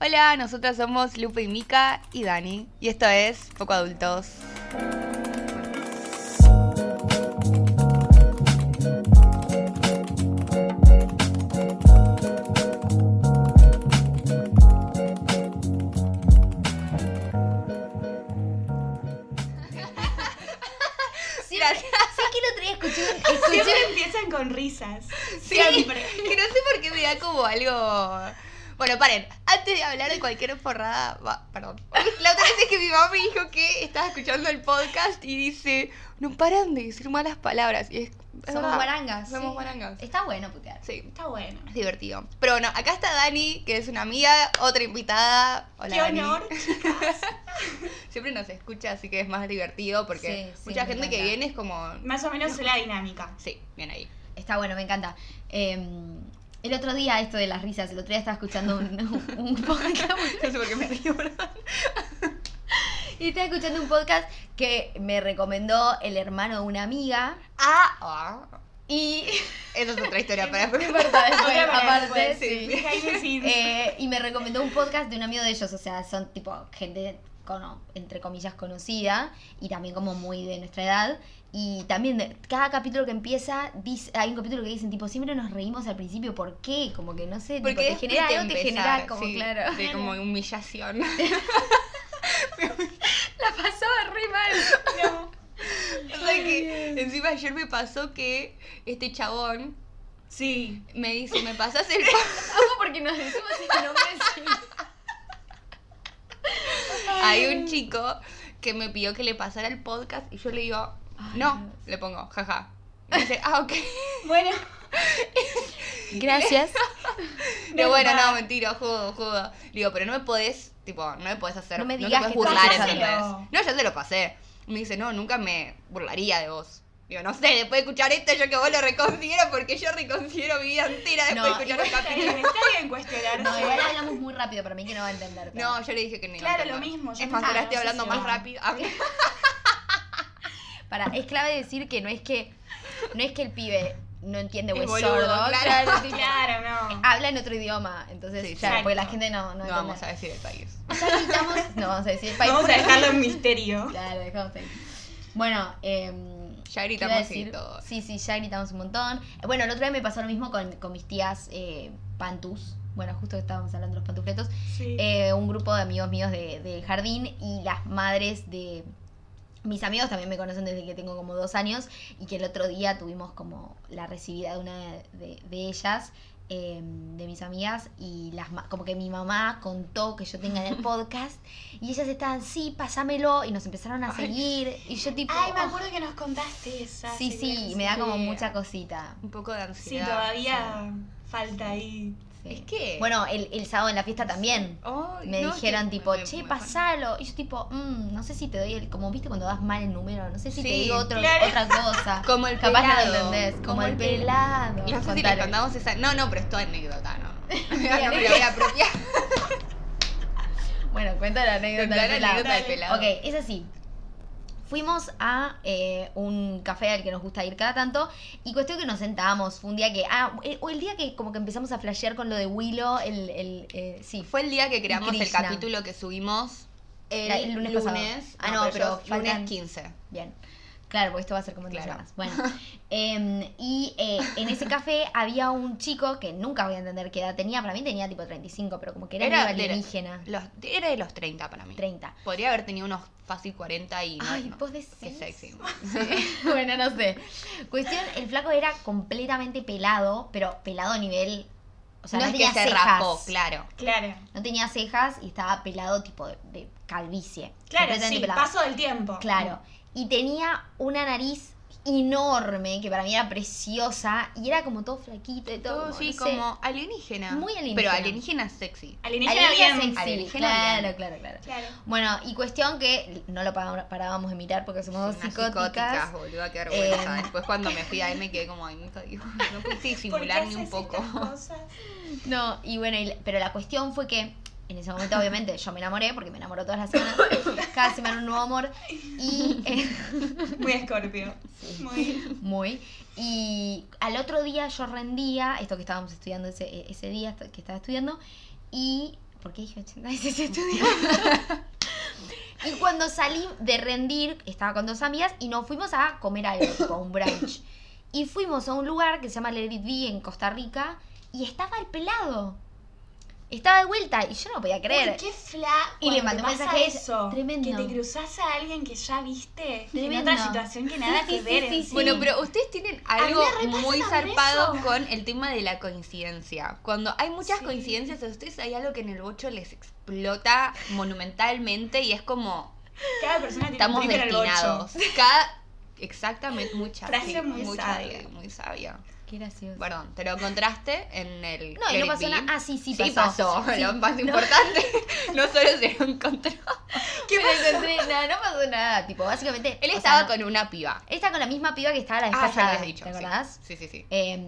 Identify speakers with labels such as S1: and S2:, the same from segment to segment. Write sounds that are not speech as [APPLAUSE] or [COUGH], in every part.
S1: Hola, nosotras somos Lupe y Mica y Dani, y esto es Poco Adultos.
S2: Siempre, ¿Sabes que el otro día escuché un- escuché
S3: Siempre empiezan con risas.
S1: Sí,
S3: Siempre.
S1: [LAUGHS] que no sé por qué me da como algo. Bueno, paren, antes de hablar de cualquier forrada. va, perdón. La otra vez es que mi mamá me dijo que estaba escuchando el podcast y dice: No paran de decir malas palabras. Y es, es
S2: Somos
S1: verdad,
S2: guarangas.
S1: Somos
S2: sí.
S1: guarangas.
S2: Está bueno putear.
S1: Sí,
S3: Está bueno.
S1: es divertido. Pero bueno, acá está Dani, que es una amiga, otra invitada. Hola,
S3: Qué
S1: Dani.
S3: honor.
S1: [LAUGHS] Siempre nos escucha, así que es más divertido porque
S2: Sí, sí,
S1: mucha
S2: me
S1: gente que
S2: encanta.
S1: viene es como.
S3: Más o menos es la dinámica.
S1: Sí, bien ahí. [LAUGHS]
S2: Está bueno, me encanta. Eh, el otro día, esto de las risas, el otro día estaba escuchando un, [LAUGHS] un- un podcast.
S1: No sé por qué me río, perdón.
S2: Y estaba escuchando un podcast que me recomendó el hermano de una amiga.
S1: [LAUGHS] Ah, ah. [LAUGHS]
S2: Y.
S1: Esa es otra historia para después.
S2: Después,
S3: Otra para
S2: aparte,
S3: después,
S2: sí.
S3: sí. Behind the
S2: [LAUGHS]
S3: scenes.
S2: Eh, y me recomendó un podcast de un amigo de ellos, o sea, son tipo gente, cono- entre comillas, conocida y también como muy de nuestra edad. Y también de- cada capítulo que empieza, dice, hay un capítulo que dicen tipo, siempre nos reímos al principio, ¿por qué? Como que no sé, [LAUGHS] tipo,
S1: Porque
S2: te genera algo, te genera como, claro.
S1: De como humillación. [LAUGHS]
S2: [LAUGHS] La pasaba re mal.
S3: No.
S1: o sea que encima ayer me pasó que este chabón
S3: Sí.
S1: me dice, ¿me pasás el
S2: [LAUGHS]
S1: pa-?"
S2: Amo porque nos decimos este nombre así.
S1: Hay un chico que me pidió que le pasara el podcast y yo le digo, no, le pongo, jaja. Me dice, ah, ok.
S3: Bueno,
S2: Gracias.
S1: [LAUGHS] Pero bueno,
S3: Normal.
S1: no, mentira, juego, juego. Le digo, pero no me podés, tipo, no me podés hacer,
S2: No me
S1: te
S2: digas
S1: podés
S2: que
S1: burlar,
S3: estás
S1: ¿entendés?
S3: haciendo-
S1: No, ya se lo pasé. Me dice, no, nunca me burlaría de vos. Digo, no sé, después de escuchar esto, yo que vos lo reconsidero porque yo reconsidero mi vida entera después
S2: No,
S1: de escuchar los
S3: está bien,
S1: capítulos.
S3: está bien
S2: [LAUGHS]
S3: cuestionarse.
S2: No, igual hablamos muy rápido, para mí que no va a entender. pero-
S1: No, yo le dije que no. iba a
S3: Claro,
S1: entender.
S3: lo mismo, yo
S1: Es más,
S3: no-
S1: ahora
S3: ah,
S1: estoy
S3: no sé
S1: hablando
S3: si
S1: más
S3: va.
S1: rápido. [LAUGHS]
S2: Para, es clave decir que no es que no es que el pibe no entiende o
S1: Es
S2: es
S1: boludo, [LAUGHS]
S2: sordo,
S1: claro.
S2: claro, tipo,
S3: Claro, no.
S2: habla en otro idioma, entonces
S1: Sí,
S2: claro,
S3: sí.
S2: porque la gente no no,
S1: No
S2: entiende.
S1: vamos a decir detalles.
S2: Ya quitamos, no vamos a decir país.
S3: Vamos a dejarlo en misterio.
S2: Claro, dejamos ahí. Bueno, eh,
S1: Ya
S2: ¿qué iba a
S1: gritamos y
S2: decir?
S1: todo.
S2: Sí, sí, ya gritamos un montón. Eh, Bueno, el otro día me pasó lo mismo con, con mis tías eh, Pantus. Bueno, justo que estábamos hablando de los pantufletos.
S3: Sí.
S2: eh, un grupo de amigos míos de- del jardín y las madres de mis amigos también me conocen desde que tengo como dos años y que el otro día tuvimos como la recibida de una de, de- de ellas, eh, de mis amigas, y las ma- como que mi mamá contó que yo tenga en el podcast y ellas estaban, sí, pásamelo, y nos empezaron a
S1: Ay.
S2: seguir y yo tipo...
S3: Ay, me
S2: "Oh".
S3: acuerdo que nos contaste esa.
S2: Sí,
S3: señora
S2: sí,
S3: que
S2: me da como
S1: sí.
S2: mucha cosita.
S1: Un poco de
S3: Sí,
S1: ansiedad.
S3: todavía falta ahí.
S2: sí.
S1: Es que-
S2: Bueno, el, el sábado en la fiesta también.
S1: Ay,
S2: me
S1: no, es que
S2: dijeron tipo,
S1: me-
S2: che,
S1: me-
S2: pasalo. Y yo tipo, "Mm, no sé si te doy el, como viste cuando das mal el número, no sé si te
S1: Sí,
S2: digo otro-
S3: claro.
S2: otra cosa.
S1: [LAUGHS] Como el
S2: Capaz no
S1: pelado.
S2: lo entendés, como,
S1: Como
S2: el
S1: el pe-
S2: pelado.
S1: No sé si
S2: Contale.
S1: le contamos esa. No, no, pero es toda anécdota,
S2: [LAUGHS]
S1: ¿no? [LAUGHS] no me la voy a apropiar.
S2: Bueno, cuenta la anécdota
S1: Contá
S2: del
S1: la
S2: pelado.
S1: anécdota del
S3: Dale.
S1: pelado.
S2: Ok, es así. Fuimos a eh, un café al que nos gusta ir cada tanto y cuestión que nos sentábamos, fue un día que, ah, el, o el día que como que empezamos a flashear con lo de Willow, el, el eh, sí,
S1: Fue el día que creamos el
S2: Krishna.
S1: capítulo que subimos el,
S2: La- el lunes
S1: lunes.
S2: pasado. Ah, no,
S1: yo-
S2: pero faltan-
S1: lunes 15.
S2: Bien. Claro, porque esto va a ser como en dos
S1: Claro.
S2: semanas.
S1: [LAUGHS]
S2: Bueno. em, y eh, en ese café había un chico que nunca voy a entender qué edad tenía. Para mí tenía tipo 35, pero como que era, medio
S1: de-
S2: alienígena.
S1: los, era de los 30 para mí.
S2: 30.
S1: Podría haber tenido unos fácil 40 y. no,
S2: Ay,
S1: no.
S2: vos decís.
S1: Qué sexy.
S2: [LAUGHS] bueno, no sé. Cuestión, el flaco era completamente pelado, pero pelado a nivel. O sea, no,
S1: no es que
S2: tenía
S1: se
S2: cejas.
S1: rapó, claro.
S3: Claro.
S2: No tenía cejas y estaba pelado tipo de, de calvicie.
S3: Claro,
S2: Completamente
S3: sí,
S2: pelado.
S3: paso del tiempo.
S2: Claro. Y tenía una nariz enorme, que para mí era preciosa, y era como todo flaquito y todo.
S1: Todo
S2: como,
S1: sí,
S2: no sé,
S1: como alienígena.
S2: Muy alienígena.
S1: Pero alienígena sexy.
S3: Alienígena
S2: alienígena
S3: bien.
S2: sexy,
S1: alienígena
S2: claro,
S1: bien.
S2: claro, claro.
S3: Claro.
S2: Bueno, y cuestión que no lo pa- parábamos de mirar porque somos
S1: Unas
S2: psicóticas.
S1: boluda, qué vergüenza.
S2: Eh,
S1: Después cuando me fui ahí me quedé como, ay, nunca
S2: [LAUGHS]
S1: digo, no pudiste
S3: ¿Por qué
S1: disimular ni un
S3: haces
S1: poco.
S3: estas cosas?
S1: [LAUGHS]
S2: No, y bueno, y la- pero la cuestión fue que en ese momento obviamente yo me enamoré porque me enamoro todas
S1: [COUGHS]
S2: las semanas. Cada semana un nuevo amor. Y. eh,
S3: Muy escorpio.
S1: [LAUGHS]
S3: Muy.
S2: Muy. Y al eh, otro día yo rendía, esto que estábamos estudiando [LAUGHS] ese, ese día est- que estaba estudiando, y ¿Por qué dije 80
S1: [LAUGHS]
S2: veces estudiando? y cuando salí de rendir, estaba con dos amigas y nos fuimos a comer algo, tipo a un brunch. Y fuimos a un lugar que se llama Let It Be en Costa Rica y estaba el pelado. Estaba de vuelta y yo no podía creer.
S3: Uy, qué fla.
S2: Y le mandé
S3: cuando
S2: un
S3: pasa
S2: mensaje,
S3: eso.
S2: tremendo.
S3: Que te cruzas a alguien que ya viste en
S2: Tremendo.
S3: otra situación que nada
S2: Sí,
S3: que
S2: sí,
S3: ver.
S2: sí, sí,
S3: encima.
S2: sí.
S1: Bueno, pero ustedes tienen
S3: me
S1: algo
S3: re pasa
S1: muy
S3: también
S1: zarpado
S3: eso.
S1: con el tema de la coincidencia. Cuando hay muchas
S3: Sí.
S1: coincidencias, a ustedes hay algo que en el bocho les explota monumentalmente y es como,
S3: Cada persona tiene
S1: estamos
S3: un trip en el bocho.
S1: destinados. Cada... Exactamente, mucha.
S3: Frase
S1: sí,
S3: muy
S1: mucha,
S3: sabia.
S1: Muy sabia.
S2: Qué gracioso.
S1: Perdón, te lo encontraste en el.
S2: no, y no
S1: Let It
S2: pasó
S1: Be.
S2: nada. Ah, sí, sí,
S1: Sí,
S2: pasó.
S1: pasó, [LAUGHS]
S2: Sí.
S1: lo más importante. [LAUGHS] No solo se lo encontró. [LAUGHS]
S2: ¿Qué me encontré? No, no pasó nada. Tipo, básicamente.
S1: Él
S2: o
S1: estaba
S2: sea,
S1: con una piba.
S2: Él estaba con la misma piba que estaba la vez
S1: Ah, ya lo
S2: pasada.
S1: habías dicho.
S2: ¿Te
S1: sí.
S2: acordás?
S1: Sí, sí, sí.
S2: Eh,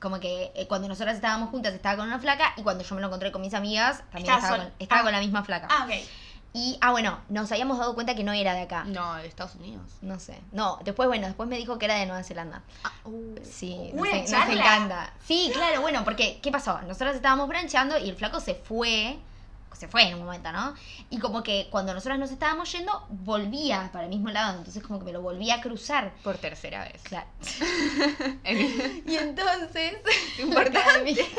S2: como que eh, cuando nosotras estábamos juntas estaba con una flaca y cuando yo me lo encontré con mis amigas también
S3: Estaba
S2: estaba,
S3: sol-
S2: con, estaba
S3: ah.
S2: con la misma flaca.
S3: Ah, ok.
S2: Y, ah, bueno, nos habíamos dado cuenta que no era de acá.
S1: No,
S2: No.
S1: de Estados Unidos.
S2: sé. No, después, bueno, después me dijo que era de Nueva Zelanda.
S1: Uh.
S2: Sí,
S3: Una
S2: nos, nos
S3: charla.
S2: encanta. Sí, claro, bueno, porque, ¿qué pasó? Nosotras estábamos brancheando y el flaco se fue. Se fue en un momento, ¿no? Y como que cuando nosotras nos estábamos yendo, volvía para el mismo lado. Entonces, como que me lo volvía a cruzar.
S1: Por tercera vez. [LAUGHS]
S2: Claro.
S1: En-
S2: Y entonces.
S1: [LAUGHS] Importante.
S2: [LAUGHS]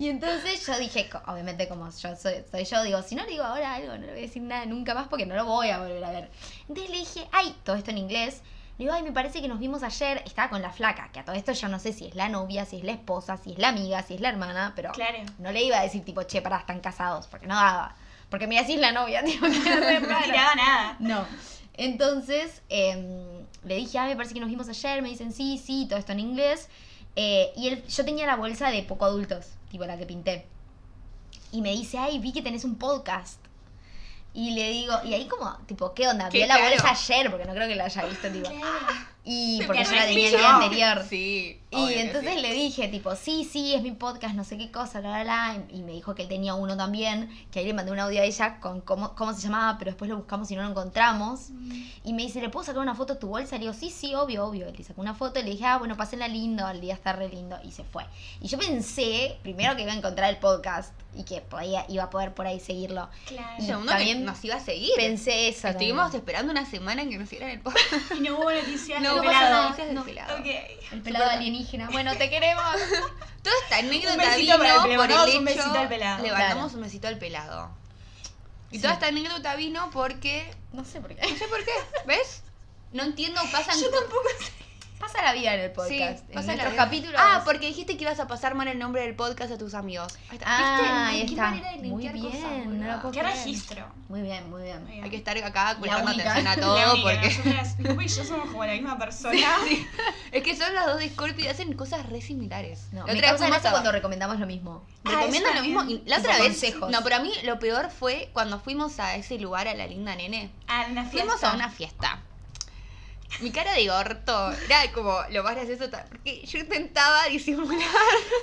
S2: Y entonces yo dije, co- obviamente como yo soy, soy yo, digo, si no le digo ahora algo, no le voy a decir nada nunca más porque no lo voy a volver a ver. Entonces le dije, ay, todo esto en inglés. Le digo, ay, me parece que nos vimos ayer, estaba con la flaca, que a todo esto yo no sé si es la novia, si es la esposa, si es la amiga, si es la hermana, pero
S3: Claro.
S2: no le iba a decir tipo, che, pará, están casados, porque no daba. Porque mira, si es la novia, [LAUGHS] tipo, que re
S3: No
S2: raro.
S3: tiraba nada.
S2: No. Entonces em, le dije, ah, me parece que nos vimos ayer. Me dicen, sí, sí, todo esto en inglés. Eh, y él, yo tenía la bolsa de poco adultos, tipo la que pinté. Y me dice, ay, vi que tenés un podcast. Y le digo, y ahí como, tipo, ¿qué onda?
S1: Qué
S2: Vio la
S1: claro.
S2: bolsa ayer, porque no creo que la haya visto, tipo.
S3: Claro.
S2: Y
S1: Se
S2: porque
S3: me
S2: yo la tenía el
S3: arrepintió.
S2: día anterior.
S1: Sí. obvio
S2: Y
S1: que
S2: entonces
S1: sí.
S2: le dije, tipo, sí, sí, es mi podcast, no sé qué cosa, la, la, la. Y y me dijo que él tenía uno también, que ahí le mandé un audio a ella con cómo, cómo se llamaba, pero después lo buscamos y no lo encontramos. Y me dice, ¿le puedo sacar una foto a tu bolsa? Le digo, sí, sí, obvio, obvio. Y Le sacó una foto y le dije, ah, bueno, pásenla lindo, el día está re lindo. Y se fue. Y yo pensé, primero que iba a encontrar el podcast y que podía, iba a poder por ahí seguirlo.
S3: Claro.
S1: Y Segundo,
S2: también
S1: que nos iba a seguir.
S2: Pensé eso.
S1: Estuvimos
S2: también.
S1: esperando una semana en que nos hicieran el
S2: [LAUGHS]
S1: podcast.
S3: Y no hubo noticias
S1: No
S3: del
S1: hubo
S3: pelado.
S1: noticias del pelado.
S3: Ok.
S2: El pelado alienígena. Bueno, te queremos.
S1: Toda esta anécdota
S3: Un besito
S1: vino
S3: para el pelado,
S1: por el hecho.
S3: un besito al pelado.
S1: Le mandamos
S2: Claro.
S1: un besito al pelado. Y
S2: Sí.
S1: toda esta anécdota vino porque.
S2: No sé por
S1: No
S2: qué.
S1: sé por qué. ¿Ves? No entiendo, pasan
S3: Yo tampoco
S2: [LAUGHS] Pasa la vida en el
S1: Sí,
S2: podcast. en
S1: pasan
S2: nuestros
S1: la-
S2: capítulos.
S1: Ah, porque dijiste que ibas a pasar mal el nombre del podcast a tus amigos. Ahí está.
S2: Ah,
S1: ¿Viste?
S2: ahí
S1: ¿Qué
S2: está.
S1: manera de
S2: Muy
S1: limpiar
S2: bien,
S1: cosas,
S2: no
S1: boluda?
S2: lo puedo
S3: ¿Qué
S2: Bien.
S3: registro?
S2: Muy bien, muy bien.
S1: Hay que estar acá prestando [LAUGHS]
S2: única.
S1: atención a
S2: La
S1: todo
S3: única,
S1: porque.
S3: nosotras- Lupe y yo somos como la misma persona.
S1: Es que son las dos de Scorpio y hacen cosas re similares.
S2: No,
S1: la
S2: me
S1: otra vez
S2: causa
S1: fuimos
S2: gracia
S1: a...
S2: cuando recomendamos lo mismo.
S3: Ah,
S1: Recomiendo
S3: eso
S1: lo mismo.
S3: también.
S1: y La otra
S2: Tipo
S1: vez.
S2: consejos.
S1: No, pero a mí lo peor fue cuando fuimos a ese lugar, a la linda nene.
S3: A Ah, una fiesta.
S1: Fuimos a una fiesta. Mi cara de orto era como lo más gracioso. ta- Porque yo intentaba disimular.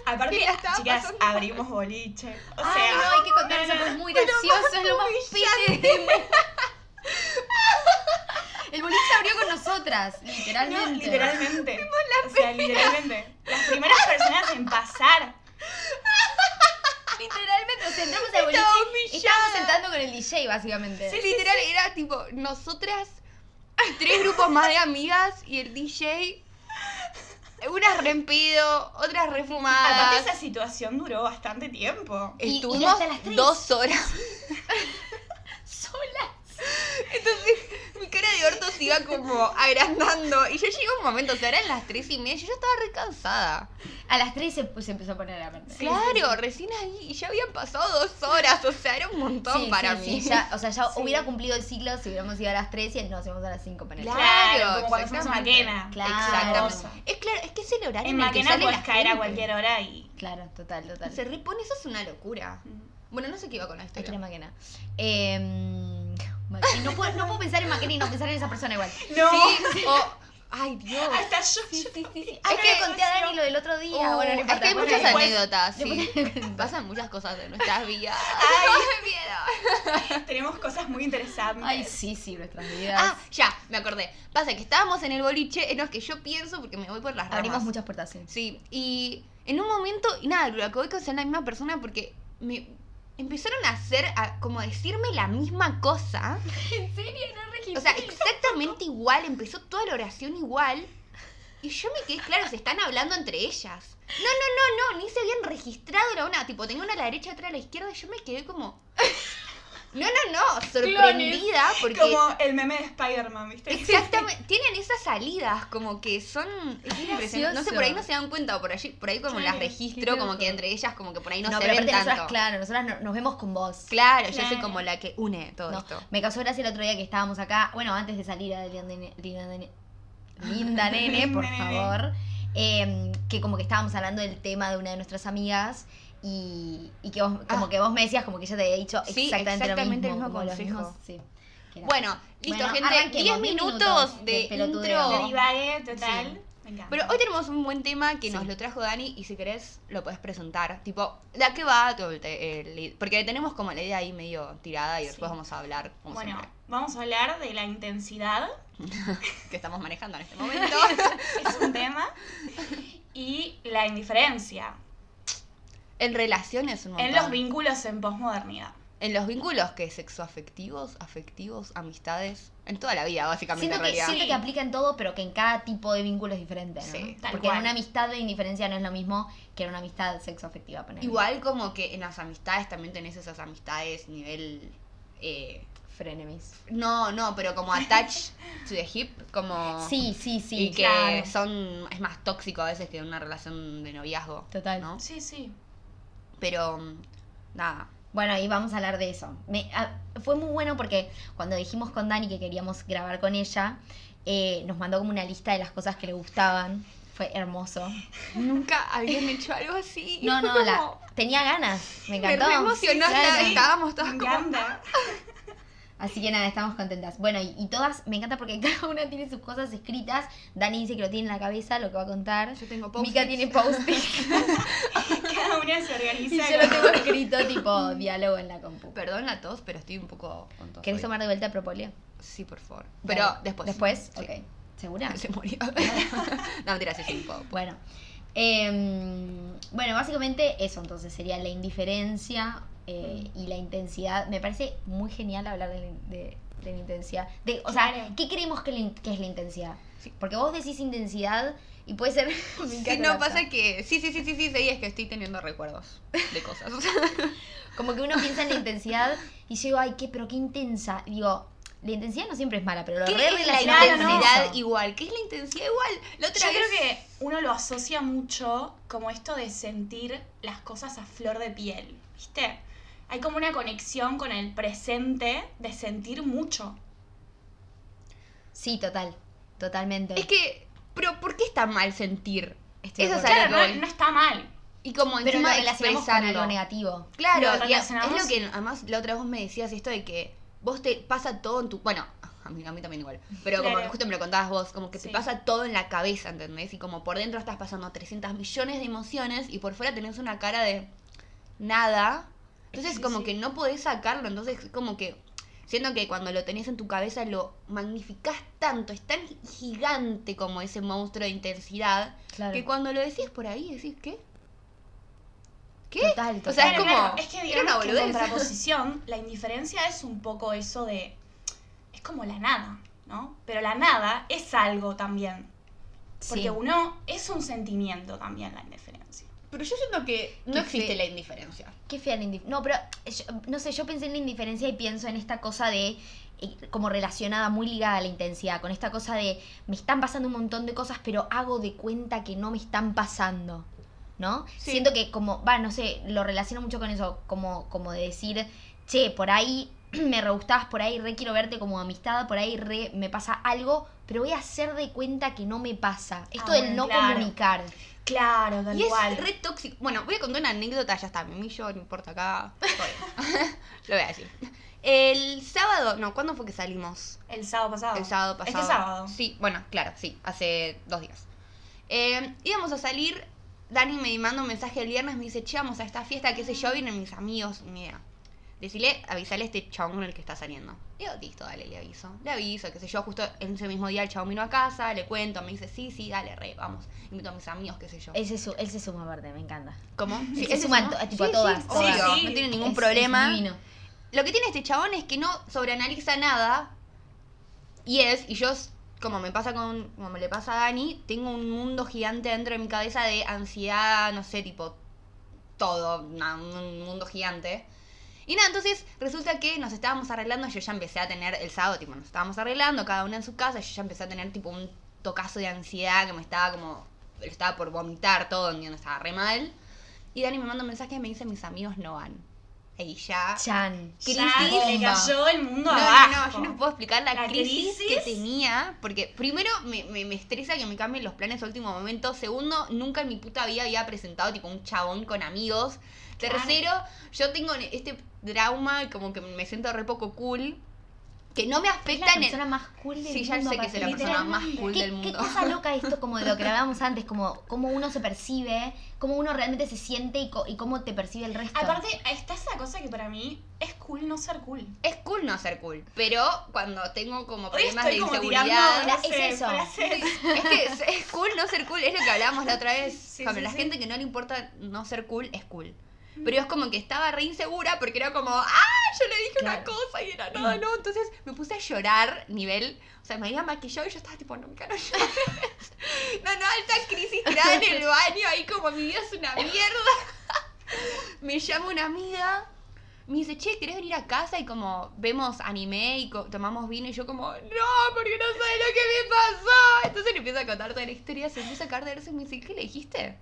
S3: Aparte,
S1: Sí, la estaba
S3: chicas,
S1: pasando mal.
S3: abrimos boliche. O sea,
S2: Ay, no, hay que contar eso, porque es muy gracioso, es lo más pite del mundo. El boliche abrió con nosotras, literalmente.
S1: [LAUGHS]
S3: no, literalmente. O sea, literalmente. Las primeras personas en pasar.
S2: Literalmente, o sea, entramos al boliche.
S1: Estaba humillada.
S2: Estábamos sentando con el DJ, básicamente.
S1: Sí, literal, era tipo nosotras, tres grupos más de amigas y el DJ. Unas re en pedo, otras re
S3: Aparte,
S1: fumadas.
S3: esa situación duró bastante tiempo.
S2: Y- y
S1: Estuvimos
S2: hasta las tres.
S1: dos horas. [LAUGHS]
S2: Sola.
S1: Entonces, mi cara de orto se iba como agrandando. Y yo llegué a un momento, o sea, eran las tres y media. y Yo ya estaba re cansada.
S2: A las 3 se, se empezó a poner la parte.
S3: Sí,
S1: claro, recién ahí. Y ya habían pasado dos horas. O sea, era un montón para mí. [LAUGHS]
S2: ya, o sea, ya
S3: Sí.
S2: hubiera cumplido el ciclo si hubiéramos ido a las 3 y nos íbamos a las 5 para
S1: Claro,
S3: como cuando fuimos a
S1: exactamente.
S3: Maquena.
S2: Claro.
S1: Exactamente. Es claro, es que es el horario en, el
S3: En
S1: que
S3: Maquena
S1: sale
S3: puedes
S1: la
S3: caer a
S1: gente.
S3: cualquier hora y.
S2: Claro, total, total.
S1: Se repone, eso es una locura. Bueno, no sé qué iba con la
S2: Ay, que era
S1: historia.
S2: Maquena. Eh, Maquena. No, puedo, no puedo pensar en Maquena y no pensar en esa persona igual.
S3: No.
S1: Sí, o. Ay, Dios.
S3: Hasta yo. yo-
S2: Ah,
S1: Es
S2: no
S1: que-
S2: le conté a Dani lo del otro día.
S1: Uh,
S2: bueno, Oh, no
S1: es
S2: importa.
S1: que hay
S2: Bueno,
S1: muchas
S2: después-
S1: anécdotas, sí.
S2: después te cuento.
S1: Pasan muchas cosas de nuestras vidas. [LAUGHS]
S3: Ay.
S1: No me vieron.
S3: Tenemos cosas muy interesantes.
S2: Ay, sí, sí, nuestras vidas.
S1: Ah, ya, me acordé. Pasa que estábamos en el boliche, en los que yo pienso, porque me voy por las ramas.
S2: Abrimos muchas puertas, sí.
S1: Sí, y en un momento, y nada, lo acabé con ser la misma persona porque me, empezaron a hacer, a como decirme la misma cosa.
S2: [LAUGHS] ¿En serio? No registré.
S1: O sea, exactamente igual, empezó toda la oración igual. Y yo me quedé claro, se están hablando entre ellas. No, no, no, no, ni se habían registrado la una. Tipo, tenía una a la derecha, otra a la izquierda, y yo me quedé como. [LAUGHS] No, no, no, sorprendida porque.
S3: Como el meme de Spider-Man, ¿viste?
S1: Exactamente, tienen esas salidas como que son es impresionante. No sé, por ahí no se dan cuenta, o por allí, por ahí como
S3: Claro,
S1: las
S3: qué
S1: registro, como
S2: loco.
S1: que entre ellas como que por ahí no,
S2: No,
S1: se
S2: pero
S1: ven
S2: aparte
S1: tanto.
S2: nosotras, claro, nosotras no- nos vemos con vos.
S1: Claro, yo soy
S3: Claro.
S1: como la que une todo
S2: No,
S1: esto.
S2: me causó gracia el otro día que estábamos acá, bueno, antes de salir a Linda Nene, Linda Nene-
S1: [LAUGHS]
S2: Linda Nene, por
S3: Nene.
S2: favor, eh, que como que estábamos hablando del tema de una de nuestras amigas y, y que vos, como
S1: Ah.
S2: que vos me decías como que ella te había dicho
S1: Sí,
S2: exactamente,
S1: exactamente el
S2: lo mismo,
S1: mismo
S2: como los
S1: consejo.
S2: mismos- sí, que era-
S1: Bueno, listo,
S2: Bueno,
S1: gente.
S2: arranquemos,
S1: 10
S2: diez
S1: minutos
S2: minutos
S1: de,
S2: de pelotudeo.
S1: intro.
S3: Derivague total. Me encanta.
S1: Pero hoy tenemos un buen tema que
S2: Sí.
S1: nos lo trajo Dani y si querés lo podés presentar. Tipo, ¿de a qué va todo el te- el i- Porque tenemos como la idea ahí medio tirada y
S3: Sí.
S1: después vamos a hablar, como
S3: bueno,
S1: siempre,
S3: vamos a hablar de la intensidad.
S1: que estamos manejando en este momento.
S3: [LAUGHS] es un tema. Y la indiferencia.
S1: en relaciones, un montón.
S3: En los vínculos en posmodernidad.
S1: En los vínculos que sexoafectivos, afectivos, amistades, en toda la vida, básicamente,
S2: Siento
S1: en
S2: que,
S1: realidad.
S2: siento
S3: Sí.
S2: que aplica en todo, pero que en cada tipo de vínculo es diferente, ¿no?
S1: Sí,
S3: tal
S2: Porque en
S3: cual.
S2: una amistad de indiferencia no es lo mismo que en una amistad sexoafectiva, ponele.
S1: Igual como que en las amistades también tenés esas amistades nivel... eh,
S2: Frenemies.
S1: no, no, pero como
S2: [LAUGHS]
S1: attached to the hip, como...
S2: Sí, sí, sí.
S1: y que
S2: claro.
S1: son es más tóxico a veces que una relación de noviazgo
S2: Total.
S1: ¿no?
S3: Sí, sí.
S1: pero mm, nada
S2: Bueno, y vamos a hablar de eso. Me- a- fue muy bueno porque cuando dijimos con Dani que queríamos grabar con ella, eh, nos mandó como una lista de las cosas que le gustaban. Fue
S1: [LAUGHS]
S2: hermoso.
S1: nunca habían hecho algo así
S2: [LAUGHS] No, no, la, tenía ganas. Me encantó.
S1: emocionó
S2: Claro.
S1: hasta- estábamos
S3: Me
S1: todas como
S3: encanta.
S2: Así que nada, estamos contentas. Bueno, y, y todas, me encanta porque [LAUGHS] cada una tiene sus cosas escritas. Dani dice que lo tiene en la cabeza, lo que va a contar.
S1: yo tengo post
S2: Mika
S1: [LAUGHS]
S2: tiene post-it
S3: [LAUGHS] Cada una se organiza.
S2: y [LAUGHS] yo lo
S3: con-
S2: tengo escrito tipo diálogo en la compu.
S1: perdón la tos pero estoy un poco con tos
S2: ¿Querés
S1: hoy.
S2: tomar de vuelta propóleo?
S1: sí por favor pero
S2: Dale.
S1: después
S2: Después,
S1: Sí. [LAUGHS]
S2: ok. ¿Segura?
S1: se [LAUGHS] murió no mentira sí sí [LAUGHS] puedo.
S2: Bueno. em, bueno, básicamente eso entonces sería la indiferencia eh,
S1: Mm.
S2: y la intensidad. Me parece muy genial hablar de, la in- de- de la intensidad. De, o sea,
S3: Claro.
S2: ¿qué creemos que, la in- que es la intensidad?
S1: Sí.
S2: Porque vos decís intensidad y puede ser... [LAUGHS] Me
S1: Sí,
S2: encanta
S1: no
S2: la
S1: pasa
S2: frase.
S1: que sí sí sí sí sí sí, es que estoy teniendo recuerdos de cosas
S2: Como que uno piensa en la intensidad y yo digo, ay, qué, pero qué intensa. Digo, la intensidad no siempre es mala, pero lo
S1: [LAUGHS] qué
S2: re
S1: es la
S2: relacionamos con
S1: intensidad
S2: eso.
S1: igual qué es la intensidad igual la otra
S3: Yo
S1: vez-
S3: creo que uno lo asocia mucho como esto de sentir las cosas a flor de piel, ¿viste? Hay como una conexión con el presente de sentir mucho.
S2: Sí, total. Totalmente.
S1: Es que, pero ¿por qué está mal sentir? este
S2: Estoy de
S1: Eso es
S2: acuerdo.
S1: algo
S3: Claro, no, no está mal.
S1: Y como
S2: pero lo
S1: encima
S2: relacionamos con algo
S1: expresarlo.
S2: negativo.
S1: Claro,
S3: Lo
S1: y es
S3: relacionamos-
S1: lo que además la otra vez vos me decías esto de que vos te pasa todo en tu... Bueno, a mí, a mí también igual, pero como
S3: Claro.
S1: que justo me lo contabas vos, como que te
S3: Sí.
S1: pasa todo en la cabeza, ¿entendés? Y como por dentro estás pasando 300 millones de emociones y por fuera tenés una cara de nada. Entonces
S3: Sí,
S1: como
S3: sí.
S1: que no podés sacarlo, entonces como que... Siento que cuando lo tenés en tu cabeza lo magnificás tanto, es tan gigante como ese monstruo de intensidad
S2: Claro.
S1: Que cuando lo decís por ahí, decís, ¿qué? ¿Qué?
S2: Total,
S1: O sea, es
S2: total.
S1: como-
S3: es que
S1: era
S3: digamos
S1: una
S3: que en
S1: boludez.
S3: contraposición, la indiferencia es un poco eso de. Es como la nada, ¿no? Pero la nada es algo también. Porque
S2: Sí.
S3: uno es un sentimiento también la indiferencia.
S1: Pero yo siento que no
S2: Qué
S1: existe
S2: fe-
S1: la indiferencia.
S2: Qué fea la indiferencia. No, pero eh, yo- no sé, yo pensé en la indiferencia y pienso en esta cosa de eh, como relacionada, muy ligada a la intensidad, con esta cosa de me están pasando un montón de cosas, pero hago de cuenta que no me están pasando. ¿No?
S1: Sí.
S2: Siento que como, va, no sé, lo relaciono mucho con eso, como, como de decir, che, por ahí [CLEARS THROAT] me re gustabas, por ahí re quiero verte como amistad, por ahí re me pasa algo, pero voy a hacer de cuenta que no me pasa. Esto
S3: Ah,
S2: del
S3: bueno,
S2: no
S3: claro.
S2: comunicar.
S3: Claro, tal
S1: y
S3: cual.
S1: es re tóxico. Bueno, voy a contar una anécdota, ya está, mi yo, no importa acá. todo bien. [LAUGHS] lo voy a decir. El sábado, no, ¿cuándo fue que salimos?
S3: El sábado pasado.
S1: El sábado pasado.
S3: Este sábado.
S1: Sí, bueno, claro, sí, hace dos días. Eh, íbamos a salir, Dani me manda un mensaje el viernes, me dice, che, vamos a esta fiesta, qué sé yo, vienen mis amigos, ni idea. Decirle, avisale a este chabón con el que está saliendo. Digo, listo, dale, le aviso. Le aviso, qué sé yo, justo en ese mismo día el chabón vino a casa, le cuento, me dice, sí, sí, dale, re, vamos. Invito a mis amigos, qué sé yo.
S2: Él se, su- él se suma aparte, me encanta.
S1: ¿Cómo?
S2: se
S1: ese
S2: suma
S1: es, ¿no?
S2: a- tipo a todas,
S1: obvio,
S3: todas.
S1: no tiene
S2: Es-
S1: ningún
S2: es
S1: problema.
S2: divino.
S1: Lo que tiene este chabón es que no sobreanaliza nada. Y es, y yo, s- como me pasa con. como me le pasa a Dani, tengo un mundo gigante dentro de mi cabeza de ansiedad, no sé, tipo. todo, na- un mundo gigante. Y nada, entonces resulta que nos estábamos arreglando, yo ya empecé a tener el sábado, tipo, nos estábamos arreglando, cada una en su casa, yo ya empecé a tener tipo un tocazo de ansiedad que me estaba como, estaba por vomitar todo, no estaba re mal. Y Dani me manda un mensaje y me dice, mis amigos no van. Y ya...
S2: Chan.
S3: Ya
S1: Crisis.
S3: le cayó el mundo
S1: No, no, no,
S3: abajo.
S1: yo no puedo explicar la,
S3: La
S1: crisis, que
S3: crisis.
S1: tenía, porque primero me, me, me estresa que me cambien los planes a último momento, segundo, nunca en mi puta vida había presentado tipo un chabón con amigos,
S3: Claro.
S1: tercero, yo tengo este trauma como que me siento re poco cool, que no me
S2: Es
S1: afecta
S2: la
S1: en el-
S2: persona más cool del
S1: Sí, ya
S2: mundo.
S1: sé que es la
S3: aparte.
S1: persona más cool
S2: ¿Qué,
S1: del
S2: qué
S1: mundo.
S2: cosa
S1: [LAUGHS]
S2: loca esto, como de lo que hablábamos antes, como cómo uno se percibe, cómo uno realmente se siente y, co- y cómo te percibe el resto.
S3: Aparte, está esa cosa que para mí es cool no ser cool.
S1: Es cool no ser cool, pero cuando tengo como
S3: Hoy
S1: problemas de
S3: estoy como tirando
S1: inseguridad...
S3: no sé,
S2: Es eso.
S3: frases.
S1: Es que es, es cool no ser cool, es lo que hablábamos la otra vez.
S3: Sí,
S1: Cuando
S3: sí,
S1: la
S3: sí. Mm.
S1: gente que no le importa no ser cool es cool. Pero es como que estaba re insegura porque era como, ¡ah! Yo le dije una
S2: Claro.
S1: cosa y era nada, no. Entonces me puse a llorar, nivel. O sea, me había maquillado y yo estaba tipo, no me quiero llorar. [LAUGHS] No, no, alta crisis tirada en el baño, ahí como mi vida es una mierda. [LAUGHS] Me llama una amiga, me dice, che, ¿querés venir a casa? Y como vemos anime y co- tomamos vino. Y yo como, no, porque no sabes lo que me pasó. Entonces le empiezo a contar toda la historia, se empieza a caer de risa y me dice, ¿qué le dijiste?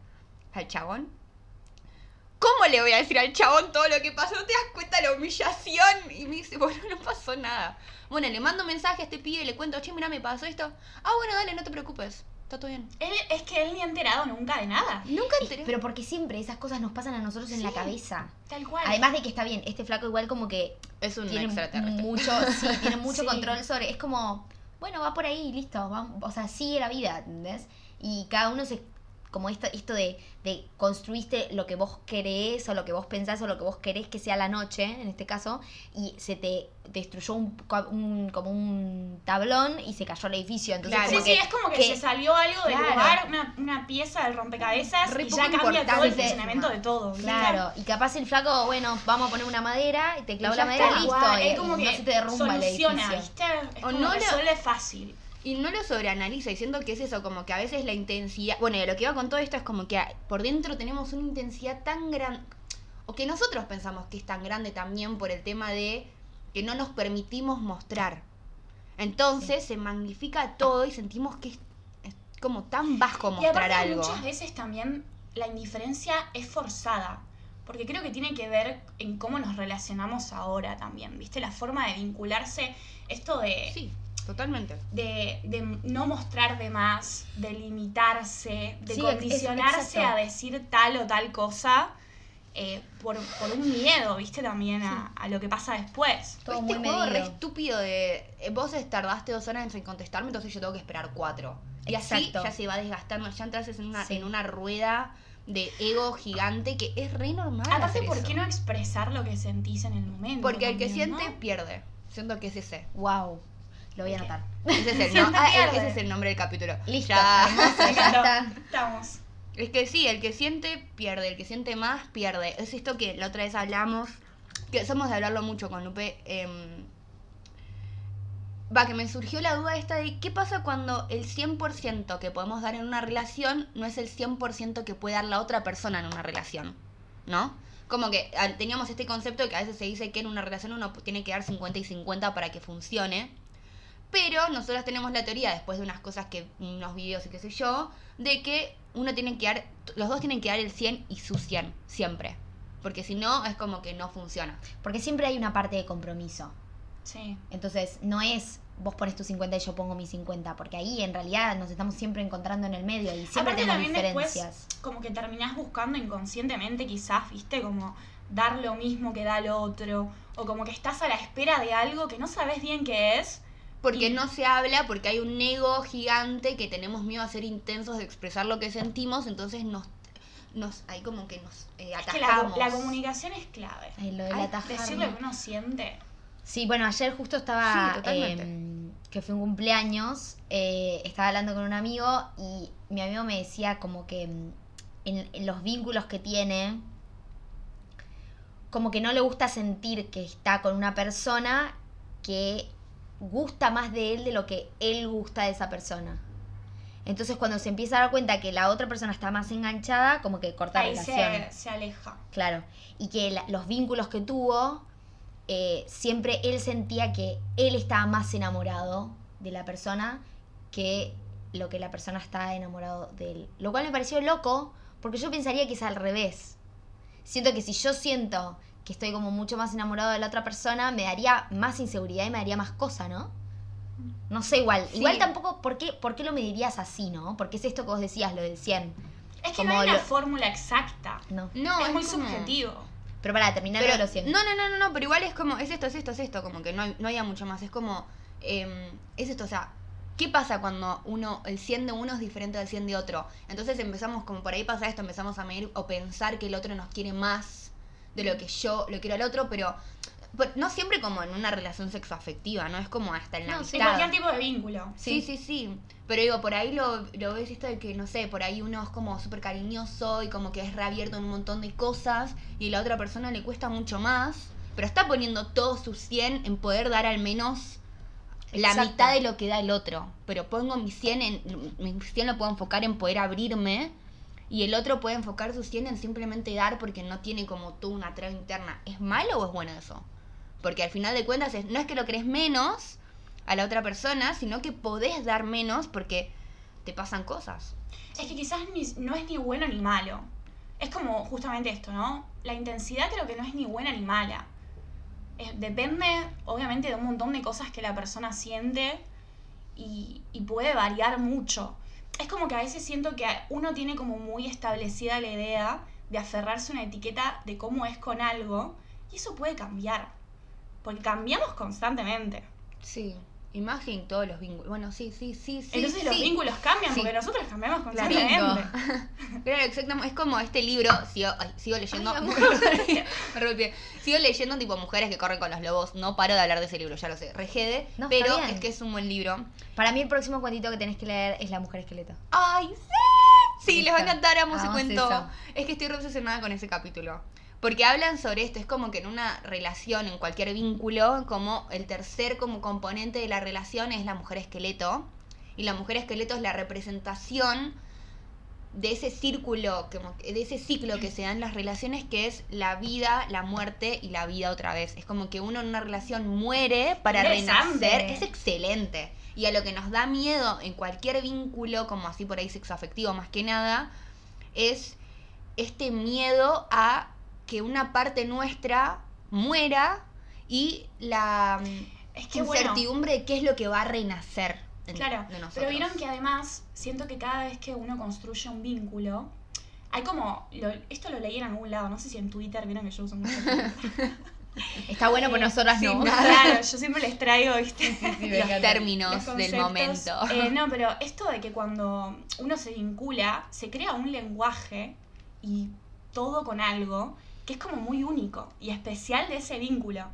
S1: ¿Al chabón? ¿Cómo le voy a decir al chabón todo lo que pasó? ¿No te das cuenta la humillación? Y me dice, bueno, no pasó nada. Bueno, le mando un mensaje a este pibe, le cuento, che, mira, me pasó esto. Ah, bueno, dale, no te preocupes. Está todo bien.
S3: Él, es que él ni ha enterado nunca de nada.
S1: Nunca enteré.
S2: Pero porque siempre esas cosas nos pasan a nosotros en la
S3: Sí.
S2: cabeza.
S3: Tal cual.
S2: Además de que está bien, este flaco igual como que
S1: es un
S2: tiene
S1: extraterrestre.
S2: mucho, sí, tiene mucho
S3: Sí.
S2: control sobre. Es como, bueno, va por ahí, listo. va- o sea, sigue la vida, ¿entendés? Y cada uno se. Como esto, esto de, de construiste lo que vos querés o lo que vos pensás o lo que vos querés que sea la noche, en este caso, y se te destruyó un, co- un- como un tablón y se cayó el edificio. Entonces,
S1: Claro.
S3: Sí,
S2: como
S3: sí,
S2: que-
S3: es como que,
S2: Ah, que-
S3: se salió algo del
S2: Claro.
S3: lugar, una, una pieza del rompecabezas
S1: Re
S3: y
S1: poco
S3: ya cambia todo el
S2: importante.
S3: funcionamiento de todo. ¿viste?
S2: Claro, y capaz el flaco, bueno, vamos a poner una madera, y te clavo
S1: Y ya
S2: la madera,
S1: está.
S2: listo,
S3: Igual,
S2: y,
S3: es como
S2: y
S3: que
S2: no se te derrumba el
S3: soluciona,
S2: edificio.
S3: ¿viste? Es
S1: O
S3: como
S1: no
S3: que
S1: lo-
S3: resuelve fácil.
S1: Y no lo sobreanaliza y siento que es eso, como que a veces la intensidad. Bueno, y lo que iba con todo esto es como que a- por dentro tenemos una intensidad tan grande. O que nosotros pensamos que es tan grande también por el tema de que no nos permitimos mostrar. Entonces se magnifica todo y sentimos que es, es como tan bajo
S3: Y
S1: mostrar
S3: aparte
S1: algo.
S3: muchas veces también la indiferencia es forzada, porque creo que tiene que ver en cómo nos relacionamos ahora también, ¿viste? La forma de vincularse, esto de,
S1: Sí, totalmente.
S3: de, de no mostrar de más, de limitarse, de
S2: Sí, ex- es-
S3: condicionarse
S2: exacto.
S3: a decir tal o tal cosa eh, por, por un miedo, ¿viste? También a, a lo que pasa después.
S2: Todo
S1: este
S2: muy
S1: juego re
S2: medido.
S1: estúpido de eh, vos tardaste dos horas en contestarme, entonces yo tengo que esperar cuatro. Y así
S2: Exacto.
S1: ya se va desgastando, ya entras en una,
S2: Sí.
S1: en una rueda de ego gigante que es re normal.
S3: Aparte,
S1: hacer
S3: ¿por
S1: Ah, eso.
S3: qué no expresar lo que sentís en el momento?
S1: Porque el que
S3: también,
S1: siente
S3: ¿no?
S1: pierde. Siento que es ese.
S2: Wow, lo voy a anotar.
S1: Ese es el,
S3: Siente
S1: no- ah, el-
S3: pierde.
S1: ese es el nombre del capítulo.
S2: Listo,
S1: [LAUGHS] Ya.
S2: hermoso, [LAUGHS] ya está.
S3: Estamos.
S1: Es que sí, el que siente pierde, el que siente más pierde. Es esto que la otra vez hablamos, que somos de hablarlo mucho con Lupe. em, va, que me surgió la duda esta de qué pasa cuando el 100% que podemos dar en una relación no es el 100% que puede dar la otra persona en una relación, ¿no? Como que ah, teníamos este concepto que a veces se dice que en una relación uno tiene que dar 50 y 50 para que funcione. Pero nosotros tenemos la teoría, después de unas cosas que, unos videos y qué sé yo, de que uno tiene que dar, los dos tienen que dar el 100 y su 100, siempre. Porque si no, es como que no funciona.
S2: Porque siempre hay una parte de compromiso.
S3: Sí.
S2: Entonces, no es vos pones tu 50 y yo pongo mi 50, porque ahí en realidad nos estamos siempre encontrando en el medio y siempre
S3: Aparte
S2: tenemos
S3: también después,
S2: diferencias.
S3: como que terminás buscando inconscientemente quizás, viste, como dar lo mismo que da el otro, o como que estás a la espera de algo que no sabes bien qué es.
S1: Porque
S3: Y-
S1: no se habla, porque hay un ego gigante que tenemos miedo a ser intensos de expresar lo que sentimos, entonces nos, nos, ahí como que nos eh,
S3: Es que la,
S1: atajamos.
S3: la comunicación es clave.
S2: Ay, lo del
S1: Ay,
S2: atajarme.
S3: Decirle lo que uno siente.
S2: Sí, bueno, ayer justo
S1: Sí,
S2: estaba,
S1: totalmente.
S2: em, que fue un cumpleaños, eh, estaba hablando con un amigo y mi amigo me decía como que em, en, en los vínculos que tiene, como que no le gusta sentir que está con una persona que gusta más de él de lo que él gusta de esa persona. Entonces cuando se empieza a dar cuenta que la otra persona está más enganchada, como que corta
S3: Ahí
S2: relaciones.
S3: se, se aleja.
S2: Claro, y que la- los vínculos que tuvo, eh, siempre él sentía que él estaba más enamorado de la persona que lo que la persona estaba enamorado de él. Lo cual me pareció loco, porque yo pensaría que es al revés. Siento que si yo siento que estoy como mucho más enamorado de la otra persona, me daría más inseguridad y me daría más cosa, ¿no? No sé, igual.
S1: Sí.
S2: Igual tampoco, ¿por qué, ¿por qué lo medirías así, no? Porque es esto que vos decías, lo del 100.
S3: Es que
S2: Como
S3: no hay una
S2: lo-
S3: fórmula exacta.
S2: No.
S1: No,
S3: es,
S1: es
S3: muy
S1: como-
S3: subjetivo.
S2: Pero para terminar lo
S1: Pero-
S2: de los 100.
S1: No, no, no, no, no, pero igual es como, es esto, es esto, es esto, como que no, hay- no haya mucho más. Es como, eh, es esto, o sea, ¿qué pasa cuando uno, el 100 de uno es diferente al 100 de otro? Entonces empezamos, como por ahí pasa esto, empezamos a medir o pensar que el otro nos quiere más de lo que yo lo quiero al otro, pero pero no siempre como en una relación sexoafectiva, ¿no? Es como hasta en la
S2: No, sí,
S3: En
S1: amistad.
S3: cualquier tipo de vínculo.
S1: Sí, sí, sí. Pero digo, por ahí lo, lo ves esto de que, no sé, por ahí uno es como súper cariñoso y como que es reabierto en un montón de cosas y la otra persona le cuesta mucho más, pero está poniendo todo su 100 en poder dar al menos la
S2: Exacto.
S1: mitad de lo que da el otro. Pero pongo mi 100 en, mi 100 lo puedo enfocar en poder abrirme y el otro puede enfocar su 100 en simplemente dar porque no tiene como tú una traba interna. ¿Es malo o es bueno eso? Porque al final de cuentas es- no es que lo crees menos a la otra persona, sino que podés dar menos porque te pasan cosas.
S3: Es que quizás ni- no es ni bueno ni malo. Es como justamente esto, ¿no? La intensidad creo que no es ni buena ni mala. Es- depende, obviamente, de un montón de cosas que la persona siente y, y puede variar mucho. Es como que a veces siento que uno tiene como muy establecida la idea de aferrarse a una etiqueta de cómo es con algo y eso puede cambiar. Porque cambiamos constantemente.
S1: Sí. Imagen todos los vínculos. Bueno, sí, sí, sí, sí.
S3: Entonces los
S1: sí.
S3: vínculos cambian
S1: Sí.
S3: porque nosotros cambiamos
S1: Claro.
S3: constantemente.
S1: Claro, exactamente. Es como este libro, sigo, ay, sigo leyendo.
S2: Ay,
S1: [LAUGHS] Me rompí. sigo leyendo tipo mujeres que corren con los lobos. No paro de hablar de ese libro, ya lo sé. Regede,
S2: No, está
S1: pero
S2: bien.
S1: es que es un buen libro.
S2: Para mí el próximo cuentito que tenés que leer es La Mujer Esqueleto.
S1: ¡Ay, sí! Sí, les va a
S2: Listo.
S1: encantar, amo ese
S2: Hagamos
S1: cuento.
S2: Ah, eso.
S1: Es que estoy re obsesionada con ese capítulo. Porque hablan sobre esto, es como que en una relación, en cualquier vínculo, como el tercer como componente de la relación es la mujer esqueleto. Y la mujer esqueleto es la representación de ese círculo, como que- de ese ciclo que se dan las relaciones, que es la vida, la muerte y la vida otra vez. Es como que uno en una relación muere para
S3: Interesante.
S1: renacer. Es excelente. Y a lo que nos da miedo en cualquier vínculo, como así por ahí sexoafectivo más que nada, es este miedo a que una parte nuestra muera y la mm, [LAUGHS]
S3: Es que bueno.
S1: incertidumbre de qué es lo que va a renacer en-
S3: Claro,
S1: de nosotros.
S3: pero vieron
S1: [LAUGHS]
S3: que además siento que cada vez que uno construye un vínculo, hay como, lo- esto lo leí en algún lado, no sé si en Twitter, vieron que yo uso
S1: [LAUGHS]
S3: mucho Twitter.
S2: Está bueno, por nosotras
S1: Sí,
S2: no.
S1: pues no.
S3: [LAUGHS] claro, yo siempre les traigo,
S1: [LAUGHS]
S3: ¿viste?
S1: los términos
S3: Los
S1: del
S3: conceptos.
S1: momento.
S3: Eh, no, pero esto de que cuando uno se vincula, se crea un lenguaje y todo con algo que es como muy único y especial de ese vínculo.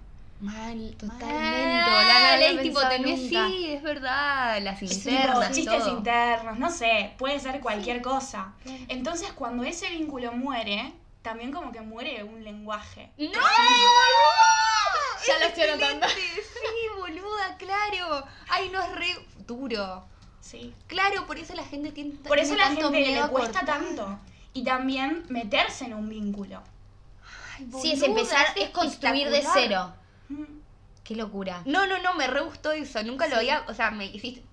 S1: Mal,
S2: totalmente,
S1: Mal,
S2: la- no lo
S1: es
S2: había
S1: tipo,
S2: pensado
S1: tenés,
S2: nunca.
S1: sí, es verdad, las
S3: Es
S1: internas,
S3: tipo chistes
S1: todo.
S3: internos, no sé, puede ser cualquier cosa. Entonces, cuando ese vínculo muere, también como que muere un lenguaje.
S1: ¡No,
S3: [LAUGHS]
S1: boluda!
S2: Ya
S1: Es
S2: lo estoy anotando.
S1: excelente, Sí, boluda, claro. Ay, no es re duro.
S3: Sí.
S1: Claro, por eso la gente tiene
S3: Por eso
S1: tiene
S3: la
S1: tanto
S3: gente
S1: miedo
S3: le
S1: a
S3: cuesta
S1: cortar.
S3: tanto. Y también meterse en un vínculo.
S1: Ay,
S2: Sí, es
S1: boluda,
S2: empezar,
S1: es
S2: es construir de
S1: espectacular.
S2: cero.
S3: Mm.
S2: Qué locura.
S1: No, no, no, me re gustó eso. Nunca lo había. O sea, me hiciste.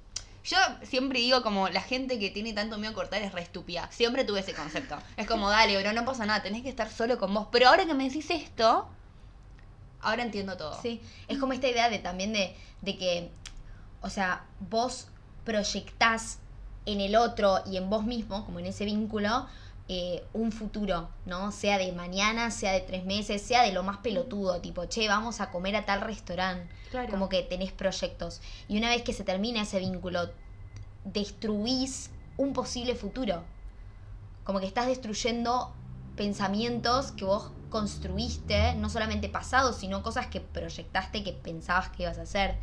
S1: Yo siempre digo como la gente que tiene tanto miedo a cortar es re estúpida. Siempre tuve ese concepto. Es como, dale, bro, no pasa nada, tenés que estar solo con vos. Pero ahora que me decís esto, ahora entiendo todo.
S2: Sí, es como esta idea de también de, de que, o sea, vos proyectás en el otro y en vos mismo, como en ese vínculo, eh, un futuro, ¿no? Sea de mañana, sea de tres meses, sea de lo más pelotudo, tipo, che, vamos a comer a tal restaurante.
S1: claro.
S2: como que tenés proyectos. Y una vez que se termina ese vínculo, destruís un posible futuro. Como que estás destruyendo pensamientos que vos construiste, no solamente pasados, sino cosas que proyectaste que pensabas que ibas a hacer.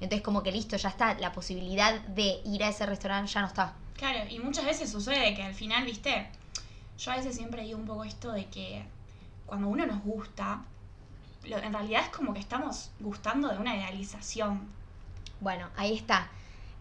S2: Entonces como que listo, ya está, la posibilidad de ir a ese restaurante ya no está.
S3: Claro, y muchas veces sucede que al final, viste, yo a veces siempre digo un poco esto de que cuando uno nos gusta, lo- en realidad es como que estamos gustando de una idealización.
S2: Bueno, ahí está.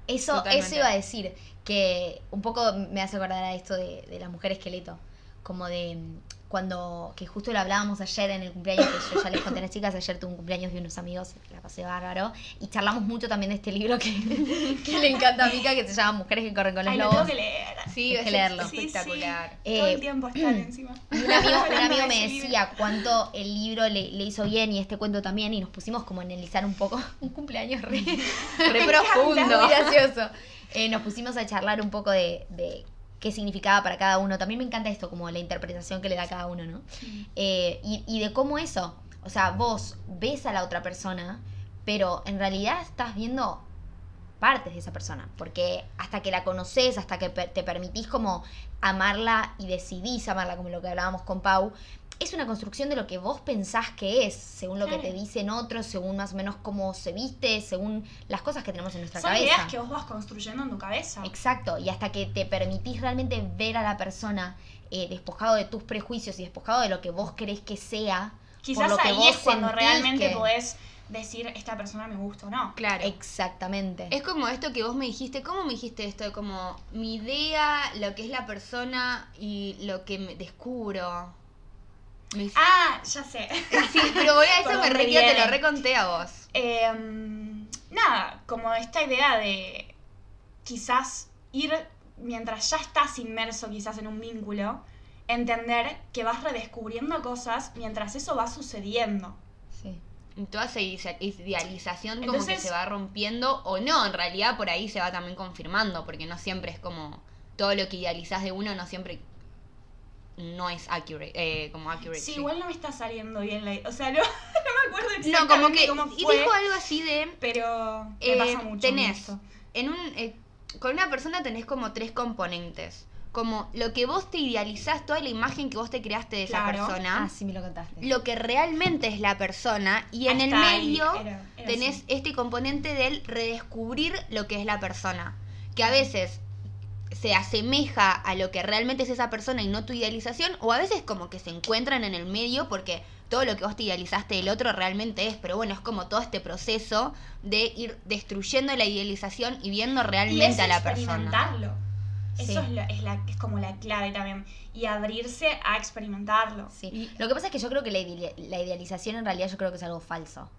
S2: Eso,
S1: Totalmente.
S2: eso iba a decir, que un poco me hace acordar a esto de, de las mujeres esqueleto, como de mm, cuando, que justo lo hablábamos ayer en el cumpleaños, que yo ya les conté a las chicas, ayer tuve un cumpleaños de unos amigos, la pasé bárbaro, y charlamos mucho también de este libro que, [LAUGHS] que le encanta a Mica, que se llama Mujeres que corren con los
S3: Ay, lo
S2: lobos.
S3: tengo que leer.
S1: Sí,
S2: Hay que
S1: es
S2: leerlo.
S3: Sí, sí.
S1: espectacular.
S3: [LAUGHS] Todo
S2: Eh,
S3: el tiempo estar encima.
S2: Y un
S3: [LAUGHS]
S2: amigo, un
S3: Hablando
S2: amigo
S3: de
S2: me
S3: ese libro.
S2: decía cuánto el libro le, le hizo bien y este cuento también, y nos pusimos como a analizar un poco [LAUGHS] un cumpleaños re,
S1: Re
S2: muy
S1: profundo.
S2: gracioso. Eh, nos pusimos a charlar un poco de, de qué significaba para cada uno. También me encanta esto, como la interpretación que le da cada uno, ¿no? Eh, y, y de cómo eso, o sea, vos ves a la otra persona, pero en realidad estás viendo partes de esa persona, porque hasta que la conoces, hasta que per- te permitís como amarla y decidís amarla, como lo que hablábamos con Pau, es una construcción de lo que vos pensás que es, según lo que
S3: Claro.
S2: te dicen otros, según más o menos cómo se viste, según las cosas que tenemos en nuestra
S3: Son
S2: cabeza.
S3: ideas que vos vas construyendo en tu cabeza.
S2: Exacto, y hasta que te permitís realmente ver a la persona eh, despojado de tus prejuicios y despojado de lo que vos crees que sea.
S3: Quizás
S2: lo que
S3: ahí
S2: vos
S3: es cuando
S2: sentís
S3: realmente
S2: que-
S3: podés decir, esta persona me gusta o no.
S1: Claro.
S2: Exactamente.
S1: Es como esto que vos me dijiste, ¿cómo me dijiste esto? Como mi idea, lo que es la persona y lo que me descubro. Me hiciste-
S3: Ah, ya sé. [LAUGHS]
S1: sí, pero boludo, eso
S3: ¿por
S1: me
S3: dónde
S1: re quiero, te
S3: viene?
S1: lo reconté a vos.
S3: Em, nada, como esta idea de quizás ir, mientras ya estás inmerso quizás en un vínculo, entender que vas redescubriendo cosas mientras eso va sucediendo.
S2: Sí.
S1: Y toda esa ide- idealización como que
S3: Entonces-
S1: se va rompiendo o no, en realidad por ahí se va también confirmando, porque no siempre es como todo lo que idealizás de uno no siempre no es accurate, eh, como accurate.
S3: Sí,
S1: sí.
S3: igual no me está saliendo bien la... O sea, [LAUGHS] no, no me acuerdo
S1: No, como
S3: exactamente
S1: que
S3: cómo
S1: y
S3: fue,
S1: dijo algo así de
S3: pero me
S1: Eh,
S3: pasa mucho
S1: tenés
S3: esto.
S1: en un eh, con una persona tenés como tres componentes como lo que vos te idealizás toda la imagen que vos te creaste de
S3: Claro.
S1: esa persona
S2: Ah, sí me lo contaste.
S1: lo que realmente es la persona y en el
S3: Hasta ahí,
S1: medio
S3: era- era
S1: tenés
S3: así.
S1: este componente del redescubrir lo que es la persona que a veces se asemeja a lo que realmente es esa persona y no tu idealización o a veces como que se encuentran en el medio porque todo lo que vos te idealizaste del otro realmente es, pero bueno, es como todo este proceso de ir destruyendo la idealización y viendo
S3: Y
S1: realmente
S3: es
S1: a la persona.
S3: experimentarlo.
S2: Sí.
S3: Eso es, lo- es la, es como la clave también. Y abrirse a experimentarlo.
S2: Sí.
S1: Y-
S2: Lo que pasa es que yo creo que la, idea- la idealización en realidad yo creo que es algo falso.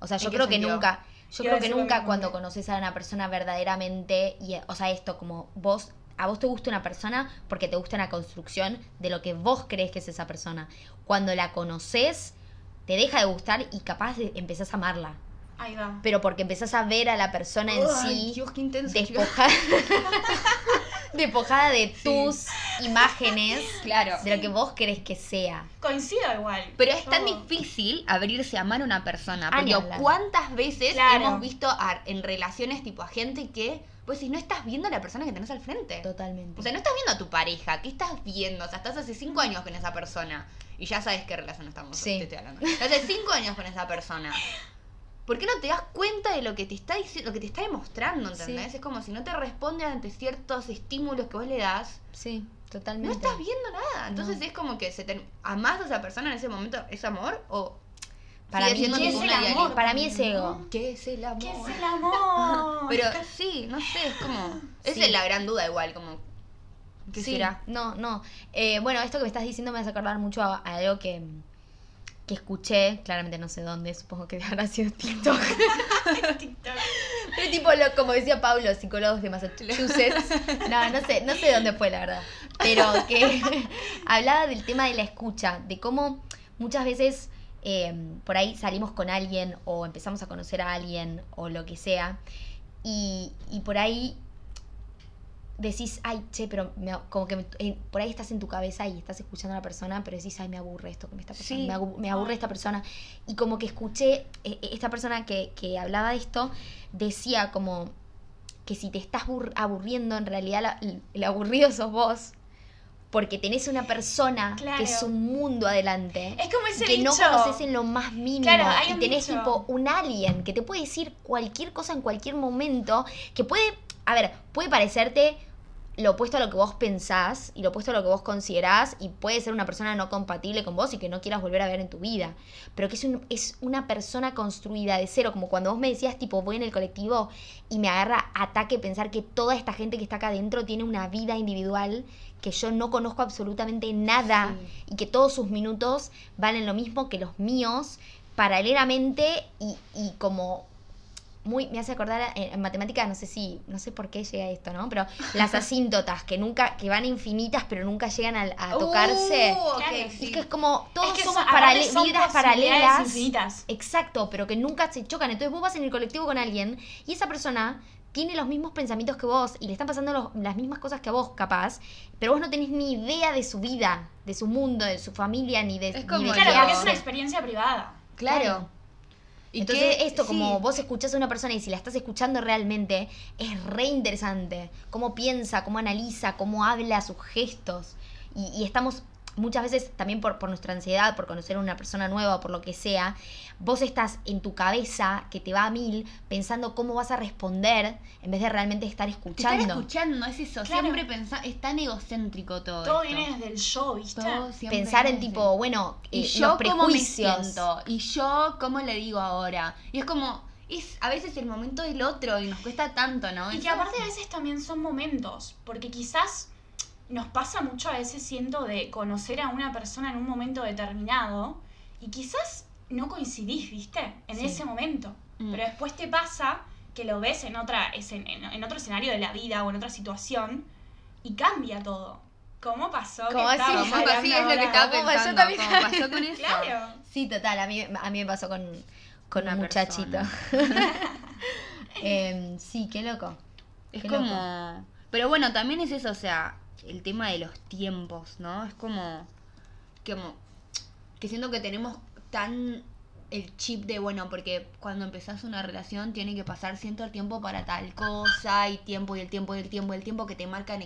S2: O sea, yo
S1: ¿En qué
S2: creo que
S1: sentido?
S2: nunca, yo
S3: Iba a
S2: creo que
S3: decir lo
S2: nunca
S3: mismo.
S2: cuando conoces a una persona verdaderamente, y, eh, o sea, esto como vos, a vos te gusta una persona porque te gusta una construcción de lo que vos crees que es esa persona. Cuando la conoces, te deja de gustar y capaz de- empezás a amarla.
S3: Ahí va.
S2: Pero porque empezás a ver a la persona en sí
S1: Ay, Dios, qué intenso. chicos.
S2: despojada, [LAUGHS] despojada de tus imágenes,
S1: Claro.
S2: de lo que vos querés que sea.
S3: Coincido igual.
S1: Pero es tan
S3: Yo-
S1: difícil abrirse a amar a una persona.
S2: Ah,
S1: Porque
S2: ni hablar.
S1: cuántas veces
S3: Claro.
S1: hemos visto a- en relaciones tipo a gente que, pues si no estás viendo a la persona que tenés al frente.
S2: Totalmente.
S1: O sea, no estás viendo a tu pareja, ¿qué estás viendo? O sea, estás hace cinco años con esa persona y ya sabes qué relación estamos
S2: Sí.
S1: te estoy hablando. Estás hace cinco años con esa persona. ¿Por qué no te das cuenta de lo que te está diciendo, lo que te está demostrando, ¿entendés?
S2: Sí.
S1: Es como si no te responde ante ciertos estímulos que vos le das,
S2: sí, totalmente.
S1: no estás viendo nada. Entonces
S2: No.
S1: es como que se te, amás a esa persona en ese momento, ¿es amor? O
S2: Para
S1: sigue
S2: mí
S1: siendo
S2: es
S1: tipo
S2: el
S1: una
S3: amor.
S1: dialéctica?
S2: Para mí es ego.
S1: ¿Qué es el amor?
S3: ¿Qué es
S1: [LAUGHS]
S3: el amor?
S1: Pero
S3: [LAUGHS]
S1: sí, no sé, es como. Esa
S2: Sí.
S1: es la gran duda igual, como. ¿Qué
S2: Sí,
S1: será?
S2: No, no. Eh, bueno, esto que me estás diciendo me hace acordar mucho a, a algo que, que escuché, claramente no sé dónde, supongo que [LAUGHS] habrá sido TikTok.
S3: TikTok.
S2: Pero tipo, lo- como decía Pablo, psicólogos de Massachusetts. No, no sé, no sé dónde fue, la verdad. Pero que hablaba del tema de la escucha, de cómo muchas veces eh, por ahí salimos con alguien o empezamos a conocer a alguien o lo que sea. Y, y por ahí decís, ay, che, pero me ab- como que me- eh, por ahí estás en tu cabeza y estás escuchando a la persona, pero decís, ay, me aburre esto que me está pasando,
S1: Sí.
S2: me, abu- me aburre esta persona. Y como que escuché, eh, esta persona que, que hablaba de esto decía como que si te estás bur- aburriendo, en realidad la- el aburrido sos vos, porque tenés una persona
S3: Claro.
S2: que es un mundo adelante.
S3: Es como ese
S2: que no
S3: dicho.
S2: conoces en lo más mínimo
S3: Claro, hay
S2: y
S3: un
S2: tenés
S3: dicho.
S2: tipo un alien que te puede decir cualquier cosa en cualquier momento que puede, a ver, puede parecerte lo opuesto a lo que vos pensás y lo opuesto a lo que vos considerás y puede ser una persona no compatible con vos y que no quieras volver a ver en tu vida, pero que es, un- es una persona construida de cero, como cuando vos me decías tipo voy en el colectivo y me agarra ataque pensar que toda esta gente que está acá adentro tiene una vida individual que yo no conozco absolutamente
S1: Ah,
S2: nada y que todos sus minutos valen lo mismo que los míos paralelamente y, y como muy me hace acordar a- en, en matemáticas no sé si no sé por qué llega esto no pero
S3: [LAUGHS]
S2: las asíntotas que nunca que van infinitas pero nunca llegan al- a, tocarse
S4: Uh, ok,
S3: Claro,
S2: Y
S4: sí.
S2: es que es como todos
S3: Es que
S2: somos
S3: son- aparte
S2: parale- vidas
S3: son posibilidades
S2: paralelas
S3: infinitas.
S2: Exacto, pero que nunca se chocan. Entonces vos vas en el colectivo con alguien y esa persona tiene los mismos pensamientos que vos y le están pasando los- las mismas cosas que a vos, capaz, pero vos no tenés ni idea de su vida, de su mundo, de su familia, ni de...
S4: Es
S2: ni
S4: como
S2: de
S4: el
S2: qué
S3: Claro, porque es
S2: hace.
S3: una experiencia privada.
S2: Claro.
S4: ¿Y
S2: Entonces
S4: qué?
S2: esto,
S4: Sí.
S2: como vos escuchás a una persona y si la estás escuchando realmente, es re interesante. Cómo piensa, cómo analiza, cómo habla, sus gestos. Y, y estamos muchas veces también por, por nuestra ansiedad, por conocer a una persona nueva, por lo que sea, vos estás en tu cabeza que te va a mil pensando cómo vas a responder en vez de realmente estar
S1: Te están
S2: escuchando.
S1: escuchando, es eso.
S3: Claro.
S1: Siempre pensar, es tan egocéntrico todo.
S3: Todo
S1: esto.
S3: viene desde el yo, ¿viste?
S1: Todo siempre
S2: Pensar en
S1: desde-
S2: tipo, bueno,
S1: y
S2: eh,
S1: yo
S2: los
S1: cómo me
S2: prejuicios.
S1: siento y yo cómo le digo ahora y es como es a veces el momento del otro y nos cuesta tanto no
S3: Y que
S1: Eso-
S3: aparte a veces también son momentos, porque quizás nos pasa mucho a veces siento de conocer a una persona en un momento determinado y quizás no coincidís, ¿viste? En
S1: Sí.
S3: ese momento.
S1: Mm.
S3: Pero después te pasa que lo ves en, otra, es en, en- en otro escenario de la vida o en otra situación y cambia todo. ¿Cómo pasó? que
S2: ¿Cómo así?
S3: estábamos
S2: ¿Cómo
S4: Algo
S3: hablando
S4: así es lo que
S3: ahora?
S4: estaba
S1: ¿Cómo pasó
S4: pensando.
S1: también? [LAUGHS]
S4: ¿Cómo pasó con eso?
S3: Claro.
S2: Sí, total, a mí, a mí me pasó con, con
S1: Una
S2: un muchachito.
S1: persona.
S2: [LAUGHS] Em, sí, qué loco.
S1: es
S2: Qué
S1: como
S2: loco.
S1: pero bueno también es eso o sea el tema de los tiempos no es como que mo- que siento que tenemos tan el chip de bueno porque cuando empezás una relación tiene que pasar cierto tiempo para tal cosa y tiempo y el tiempo y el tiempo y el tiempo que te marcan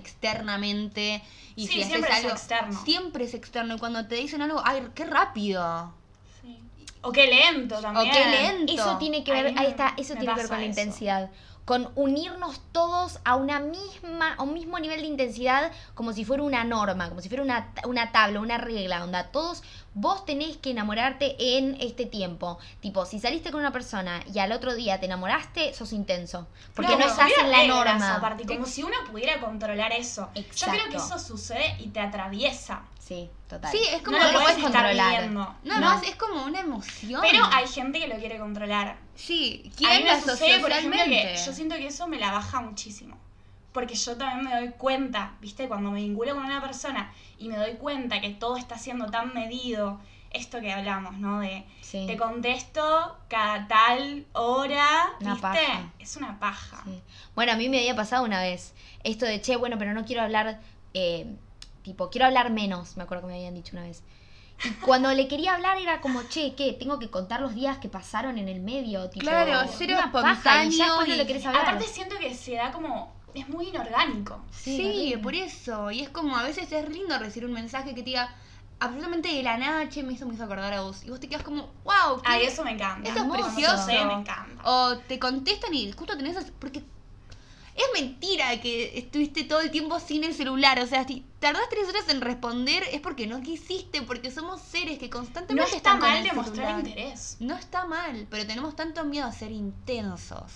S1: externamente y
S3: Sí,
S1: si haces
S3: siempre es
S1: algo-
S3: externo.
S1: siempre es externo y cuando te dicen algo ay qué rápido
S3: Sí. O qué lento también.
S1: qué lento.
S2: Eso tiene que
S3: A
S2: ver,
S3: mí me-
S2: ahí está, eso
S3: me
S2: tiene que ver
S3: pasa
S2: con la
S3: eso.
S2: intensidad. Con unirnos todos a una misma, a un mismo nivel de intensidad, como si fuera una norma, como si fuera una, ta- una tabla, una regla, onda, todos, vos tenés que enamorarte en este tiempo. Tipo, si saliste con una persona y al otro día te enamoraste, sos intenso. Porque no,
S3: como
S2: estás
S3: hubiera
S2: en la
S3: reglas
S2: norma.
S3: aparte, como si uno pudiera controlar eso. Yo creo que
S2: Exacto.
S3: eso sucede y te atraviesa.
S2: Sí, total.
S1: Sí, es como
S2: lo
S3: no lo
S1: algo-
S2: puedes
S3: puedes estar
S2: controlar.
S3: viviendo.
S1: No, no, es como una emoción.
S3: Pero hay gente que lo quiere controlar.
S1: Sí,
S3: a mí
S1: ¿quién
S3: me
S1: la
S3: sucede, por ejemplo, que
S1: socialmente?
S3: yo siento que eso me la baja muchísimo. Porque yo también me doy cuenta, ¿viste? Cuando me vinculo con una persona y me doy cuenta que todo está siendo tan medido, esto que hablamos, ¿no? De
S2: Sí.
S3: te contesto cada tal hora,
S2: Una
S3: ¿viste?
S2: paja.
S3: Es una paja.
S2: Sí. Bueno, a mí me había pasado una vez esto de, che, bueno, pero no quiero hablar, eh, tipo, quiero hablar menos, me acuerdo que me habían dicho una vez. Y cuando le quería hablar era como, che, ¿qué? Tengo que contar los días que pasaron en el medio, tipo,
S1: Claro, cero
S2: una paja, y ya después no
S1: espontáneo
S2: le
S1: y-
S2: querés hablar.
S3: Aparte siento que se da como... Es muy inorgánico.
S1: Sí,
S2: horrible.
S1: por eso. Y es como a veces es lindo recibir un mensaje que te diga absolutamente de la nada, che, me hizo, me hizo acordar a vos. Y vos te quedas como, wow, qué-
S3: Ay, eso me encanta.
S1: Eso es
S3: Cuando
S1: precioso.
S3: sucede, me encanta.
S1: O te contestan y justo tenés. as- Porque es mentira que estuviste todo el tiempo sin el celular. O sea, si tardás tres horas en responder es porque no quisiste, porque somos seres que
S3: No
S1: constantemente
S3: está
S1: están con
S3: mal
S1: el
S3: demostrar
S1: celular.
S3: interés.
S1: No está mal, pero tenemos tanto miedo a ser intensos.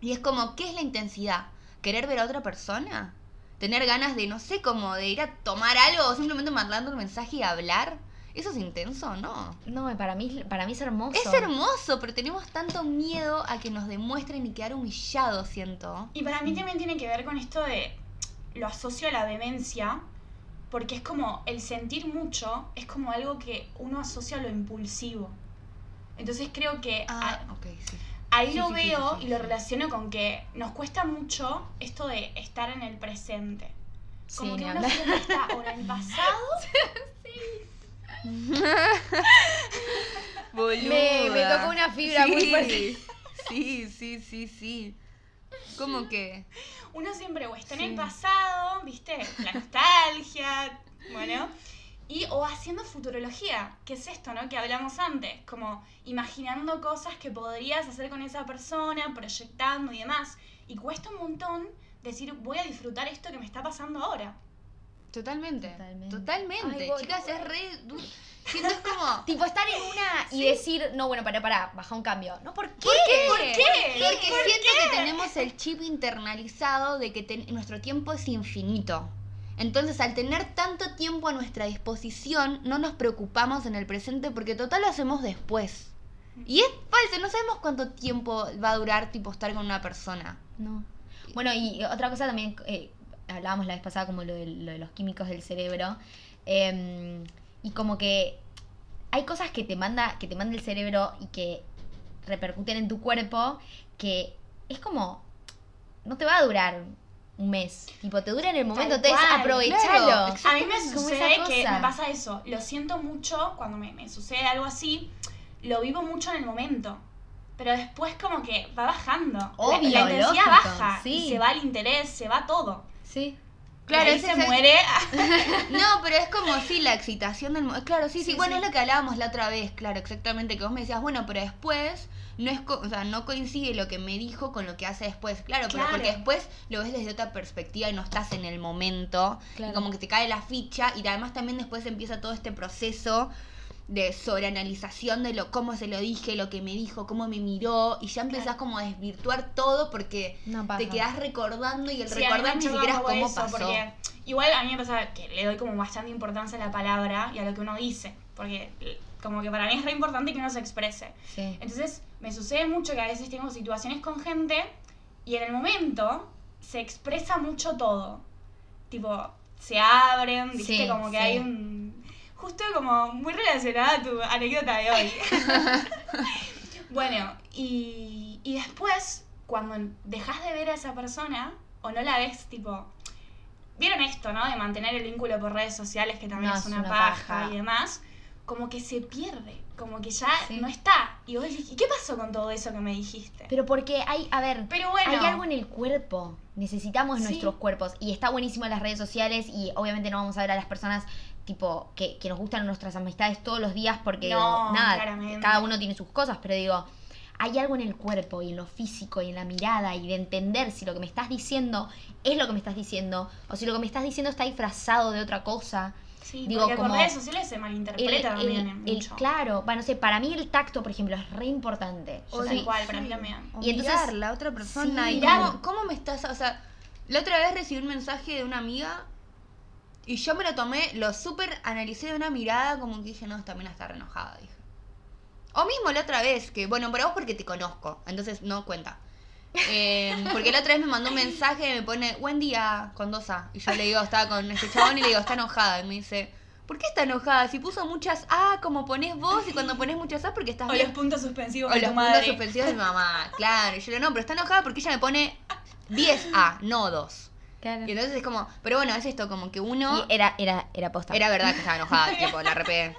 S1: Y es como, ¿qué es la intensidad? ¿Querer ver a otra persona? ¿Tener ganas de, no sé, como de ir a tomar algo o simplemente mandando un mensaje y hablar? ¿Eso es intenso? No.
S2: No, para mí, para mí es hermoso.
S1: Es hermoso, pero tenemos tanto miedo a que nos demuestren y quedar humillados, siento.
S3: Y para mí también tiene que ver con esto de lo asocio a la vehemencia, porque es como el sentir mucho es como algo que uno asocia a lo impulsivo. Entonces creo que
S1: Ah, ok, sí.
S3: a- ahí
S1: sí,
S3: lo
S1: sí, sí,
S3: veo
S1: sí,
S3: y lo
S1: sí.
S3: relaciono con que nos cuesta mucho esto de estar en el presente. Como
S2: Sí,
S3: que
S2: ni
S3: uno
S2: hablar.
S3: siempre está o en el pasado
S2: Me, me tocó una fibra muy fuerte.
S1: Sí, sí, sí, sí. ¿Cómo que?
S3: uno siempre o está en
S5: Sí.
S3: el pasado, ¿viste? La nostalgia, bueno. Y o haciendo futurología, que es esto, ¿no? Que hablamos antes, como imaginando cosas que podrías hacer con esa persona, proyectando y demás. Y cuesta un montón decir, voy a disfrutar esto que me está pasando ahora.
S1: Totalmente.
S2: Totalmente.
S1: Totalmente.
S2: Ay, voy,
S1: Chicas,
S2: voy.
S1: es re. du- Siento es
S2: [LAUGHS]
S1: como.
S2: Tipo, estar en una y decir, no, bueno, pará, pará, baja un cambio. No, ¿por qué?
S3: ¿Por qué?
S1: Porque siento que tenemos el chip internalizado de que ten- nuestro tiempo es infinito. Entonces, al tener tanto tiempo a nuestra disposición, no nos preocupamos en el presente porque total lo hacemos después. Y es falso, no sabemos cuánto tiempo va a durar tipo estar con una persona.
S2: No. Bueno, y otra cosa también, eh, hablábamos la vez pasada como lo de, lo de los químicos del cerebro. eh, y como que hay cosas que te manda, que te manda el cerebro y que repercuten en tu cuerpo que es como. no te va a durar un mes. Tipo, te dura en el momento, entonces
S3: cual,
S2: aprovechalo.
S1: claro,
S3: A mí
S2: Como
S3: me
S2: esa
S3: sucede que
S2: cosa.
S3: me pasa eso. Lo siento mucho cuando me, me sucede algo así. Lo vivo mucho en el momento. Pero después como que va bajando. La-
S2: Obvio,
S3: la, intensidad
S2: lógico,
S3: baja.
S2: sí.
S3: Y se va el interés, se va todo.
S2: Sí.
S3: Claro,
S1: Claro,
S3: ahí
S1: ese
S3: se
S1: es el-
S3: muere. [LAUGHS]
S1: No, pero es como sí, la excitación del mo- Claro, sí, sí,
S3: Sí,
S1: bueno,
S3: sí.
S1: es lo que hablábamos la otra vez, claro, exactamente, que vos me decías, bueno, pero después no es, co- o sea, no coincide lo que me dijo con lo que hace después, claro,
S3: Claro.
S1: pero porque después lo ves desde otra perspectiva y no estás en el momento,
S2: Claro.
S1: y como que te cae la ficha y además también después empieza todo este proceso de sobreanalización de lo cómo se lo dije, lo que me dijo, cómo me miró y ya empezás
S3: Claro.
S1: como a desvirtuar todo porque
S2: No pasa.
S1: te quedás recordando y el
S3: Sí, a mí
S1: recordar
S3: me
S1: ni
S3: choca
S1: siquiera es
S3: un poco
S1: cómo
S3: eso,
S1: pasó.
S3: porque igual a mí me pasa que le doy como bastante importancia a la palabra y a lo que uno dice. Porque eh, como que para mí es re importante que uno se exprese.
S2: Sí.
S3: Entonces, me sucede mucho que a veces tengo situaciones con gente y en el momento se expresa mucho todo. Tipo, se abren, viste,
S2: Sí,
S3: como que
S2: sí.
S3: hay un. Justo como muy relacionada a tu anécdota
S2: [LAUGHS]
S3: de hoy. [LAUGHS] bueno, y, y después, cuando dejas de ver a esa persona o no la ves, tipo. ¿Vieron esto, no? De mantener el vínculo por redes sociales, que también
S2: No,
S3: es, una, paja,
S2: paja.
S3: y demás. Como que se pierde, como que ya
S2: Sí.
S3: no está. Y vos decís, ¿y qué pasó con todo eso que me dijiste?
S2: Pero porque hay, a ver,
S3: Pero bueno.
S2: Hay algo en el cuerpo. Necesitamos
S3: Sí.
S2: nuestros cuerpos. Y está buenísimo las redes sociales. Y obviamente no vamos a ver a las personas tipo que, que nos gustan nuestras amistades todos los días porque
S3: No,
S2: digo, nada,
S3: claramente.
S2: cada uno tiene sus cosas, pero digo, hay algo en el cuerpo y en lo físico y en la mirada y de entender si lo que me estás diciendo es lo que me estás diciendo o si lo que me estás diciendo está disfrazado de otra cosa.
S3: Sí,
S2: Digo,
S3: porque por
S2: como-
S3: redes sociales se malinterpreta también
S2: el- el-
S3: mucho.
S2: claro, bueno, no sé, para mí el tacto, por ejemplo, es re importante. Yo
S3: Yo
S2: soy-
S3: tal cual, para mí también.
S1: O
S2: Y entonces-
S1: mirar la otra persona.
S2: Sí,
S1: y
S2: mirar.
S1: cómo, cómo me estás. O sea, la otra vez recibí un mensaje de una amiga y yo me lo tomé, lo súper analicé de una mirada, como que dije, no, esta mina está re enojada, dije. O mismo la otra vez, que bueno, pero vos porque te conozco, entonces no cuenta. Eh, [LAUGHS] porque la otra vez me mandó un mensaje y me pone, buen día, con dos A. Y yo le digo, estaba con este chabón y le digo, está enojada. Y me dice, ¿por qué está enojada? Si puso muchas A, como pones vos, y cuando pones muchas A, porque estás
S3: O
S1: bien
S3: los puntos suspensivos
S1: o
S3: de
S1: los
S3: tu
S1: puntos
S3: madre.
S1: suspensivos de mi
S2: [LAUGHS]
S1: mamá, claro. Y yo le digo, no, pero está enojada porque ella me pone 10A, no 2. Y entonces es como, pero bueno, es esto, como que uno
S2: Y era, era, era posta.
S1: era verdad que estaba
S2: [LAUGHS]
S1: enojada, tipo, la repegué.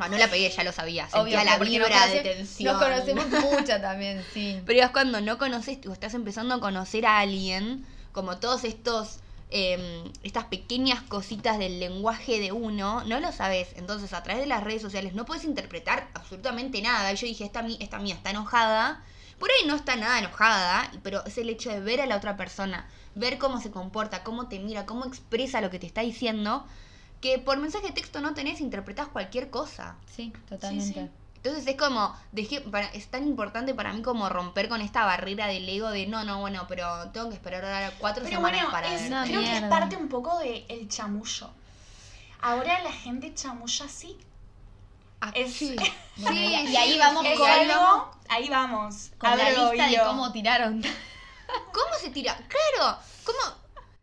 S1: Va, no la pegué, ya lo sabía,
S2: Obvio,
S1: sentía la
S2: porque
S1: vibra
S2: nos
S1: de
S2: conoce-
S1: tensión.
S2: Nos conocemos mucho también, sí.
S1: [LAUGHS] Pero es cuando no conoces o estás empezando a conocer a alguien, como todos estos, eh, estas pequeñas cositas del lenguaje de uno, no lo sabes. Entonces, a través de las redes sociales no puedes interpretar absolutamente nada. Y yo dije, esta, mi- esta mía está enojada. Por ahí no está nada enojada, pero es el hecho de ver a la otra persona, ver cómo se comporta, cómo te mira, cómo expresa lo que te está diciendo, que por mensaje de texto no tenés, interpretás cualquier cosa.
S2: Sí, totalmente.
S1: Entonces es como, dejé, para, es tan importante para mí como romper con esta barrera del ego de no, no, bueno, pero tengo que esperar ahora cuatro
S3: Pero
S1: semanas
S3: bueno,
S1: para
S3: es-
S1: ver.
S2: No,
S3: creo que es
S2: mierda.
S3: parte un poco del el chamullo. Ahora la gente chamulla así.
S1: Ah,
S3: es-
S1: sí.
S2: Bueno,
S1: Sí,
S2: y, y
S1: sí,
S2: ahí vamos
S1: sí,
S3: Es
S2: con,
S3: algo, ahí vamos.
S2: con la
S3: Abro el
S2: lista de
S3: hilo.
S2: cómo tiraron. [LAUGHS]
S1: ¿Cómo se tira? Claro, ¿cómo?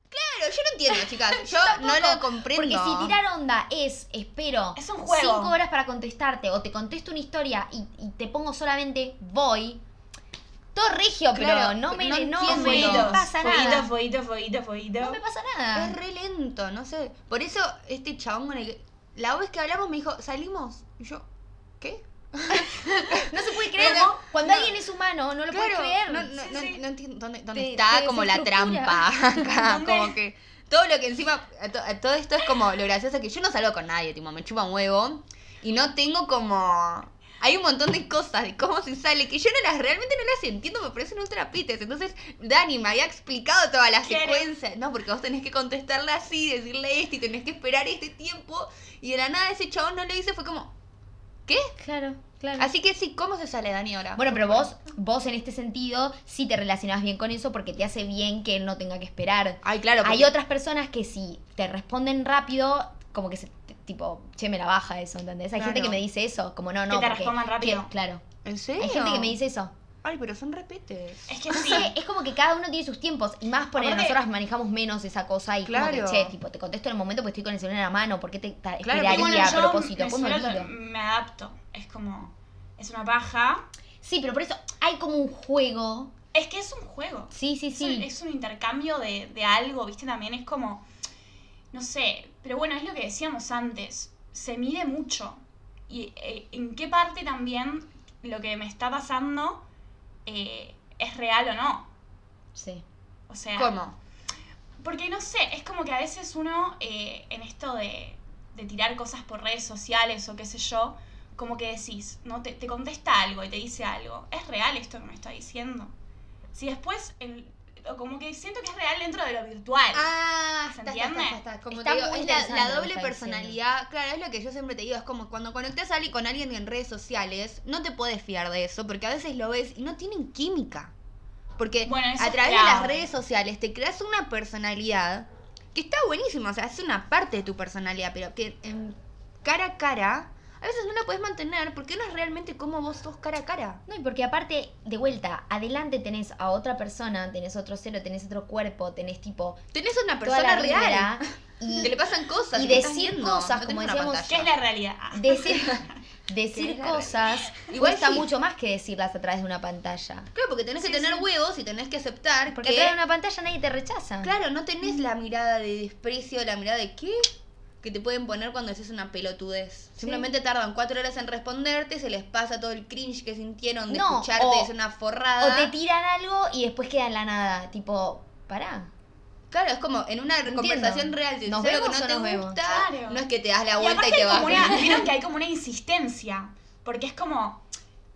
S1: Claro, yo no entiendo, chicas.
S2: [LAUGHS]
S1: Yo, no lo comprendo.
S2: Porque si tirar onda es, espero,
S3: Es un juego.
S2: cinco horas para contestarte o te contesto una historia y, y te pongo solamente voy, todo regio,
S1: Claro,
S2: pero no me
S1: no
S2: no,
S1: entiendo.
S2: me- no
S3: Fueguitos,
S2: pasa
S3: fueguito,
S2: nada.
S3: fueguito, fueguito, fueguito.
S2: No me pasa
S1: Es
S2: nada.
S1: re lento, no sé. Por eso este chabón con el que... La vez que hablamos me dijo, ¿salimos? Y yo, ¿qué?
S2: No se puede creer.
S1: No,
S2: Cuando
S1: no.
S2: alguien es humano no, no lo puedes
S1: Claro,
S2: creer.
S1: No, no,
S3: Sí,
S1: no-
S3: sí.
S1: no entiendo dónde, dónde
S2: Te-
S1: está
S2: te
S1: como la
S2: desestructura.
S1: trampa.
S2: [LAUGHS]
S1: acá,
S3: ¿Dónde?
S1: como que todo lo que encima, a to- a todo esto es como lo gracioso que yo no salgo con nadie, tipo, me chupa un huevo y no tengo como... Hay un montón de cosas de cómo se sale que yo no las realmente no las entiendo, me parecen ultra pites. Entonces, Dani me había explicado toda la
S3: Claro.
S1: secuencia. No, porque vos tenés que contestarla así, decirle esto y tenés que esperar este tiempo. Y de la nada ese chabón no lo hizo, fue como.
S2: Claro, claro.
S1: Así que sí, ¿cómo se sale Dani ahora?
S2: bueno, pero vos, vos en este sentido sí te relacionás bien con eso porque te hace bien que él no tenga que esperar.
S1: Ay, claro.
S2: Hay
S1: porque-
S2: otras personas que si te responden rápido, como que se, t- tipo, che, me la baja eso, ¿entendés? Hay gente que
S1: Claro.
S2: me dice eso, como no, no.
S3: te
S2: porque-
S3: respondan rápido.
S2: que- claro.
S1: ¿En serio?
S2: Hay gente que me dice eso.
S1: Ay, pero son repetes.
S3: Es que
S2: No
S3: sí.
S2: sé, es como que cada uno tiene sus tiempos. Y más por ahí
S3: Aparte-
S2: nosotras manejamos menos esa cosa. Y como
S1: Claro.
S2: que, che, tipo, te contesto en el momento porque estoy con el celular en la mano. ¿Por qué te
S1: Claro,
S2: ta- esperaría
S1: pero bueno,
S2: a propósito?
S3: me,
S2: Pues me
S3: suelo-
S2: olvido.
S3: me adapto. Es como. Es una paja.
S2: Sí, pero por eso hay como un juego.
S3: Es que es un juego.
S2: Sí, sí,
S3: Es, un,
S2: sí.
S3: es un intercambio de, de algo, ¿viste? También es como. No sé. Pero bueno, es lo que decíamos antes. Se mide mucho. Y eh, en qué parte también lo que me está pasando eh, es real o no.
S2: Sí.
S3: O sea.
S1: ¿Cómo?
S3: Porque no sé, es como que a veces uno eh, en esto de, de tirar cosas por redes sociales o qué sé yo, como que decís, ¿no? Te, te contesta algo y te dice algo. ¿Es real esto que me está diciendo? Si después, el- o como que siento que es real dentro de lo virtual.
S1: Ah,
S3: ¿Se entiende?
S1: Como
S2: Está
S1: te digo,
S2: muy
S1: es la- la,
S2: interesante lo que
S1: doble
S2: está
S1: personalidad. Claro, es lo que yo siempre te digo. Es como cuando conectas a alguien con alguien en redes sociales, no te puedes fiar de eso, porque a veces lo ves y no tienen química. Porque
S3: Bueno, eso
S1: a
S3: es
S1: través de
S3: clave.
S1: las redes sociales te creas una personalidad que está buenísima, o sea, es una parte de tu personalidad, pero que en cara a cara a veces no la puedes mantener porque no es realmente como vos sos cara a cara.
S2: No, y porque aparte, de vuelta, adelante tenés a otra persona, tenés otro cero, tenés otro cuerpo, tenés tipo
S1: Tenés una
S2: toda
S1: persona
S2: la
S1: real.
S2: vibra y
S1: Que le pasan cosas.
S2: y
S1: que estás
S2: decir
S1: viendo,
S2: cosas,
S1: no
S2: como
S1: tenés una
S2: decíamos,
S1: pantalla.
S3: ¿Qué es la realidad? Ah,
S2: decir,
S1: Que es
S2: decir
S1: la
S2: cosas
S1: Igual
S2: Igual está
S1: sí.
S2: mucho más que decirlas a través de una pantalla.
S1: Claro, porque tenés
S3: Sí,
S1: que tener
S3: sí.
S1: huevos y tenés que aceptar
S2: Porque
S1: que-
S2: atrás de una pantalla nadie te rechaza.
S1: Claro, no tenés la mirada de desprecio, la mirada de qué que te pueden poner cuando haces una pelotudez. Simplemente tardan cuatro horas en responderte, se les pasa todo el cringe que sintieron de
S2: No,
S1: escucharte,
S2: o-
S1: es una
S2: O
S1: forrada.
S2: te tiran algo y después queda en la nada. Tipo, pará.
S1: Claro, es como en una
S2: Entiendo.
S1: conversación real, si
S2: ¿Nos
S1: decís algo que
S2: vemos o
S1: no
S2: nos
S1: te
S2: vemos?
S1: gusta,
S3: Claro.
S1: no es que te das la
S3: Y
S1: vuelta y,
S3: aparte
S1: te
S3: hay
S1: vas.
S3: como una, vieron que hay como una insistencia, porque es como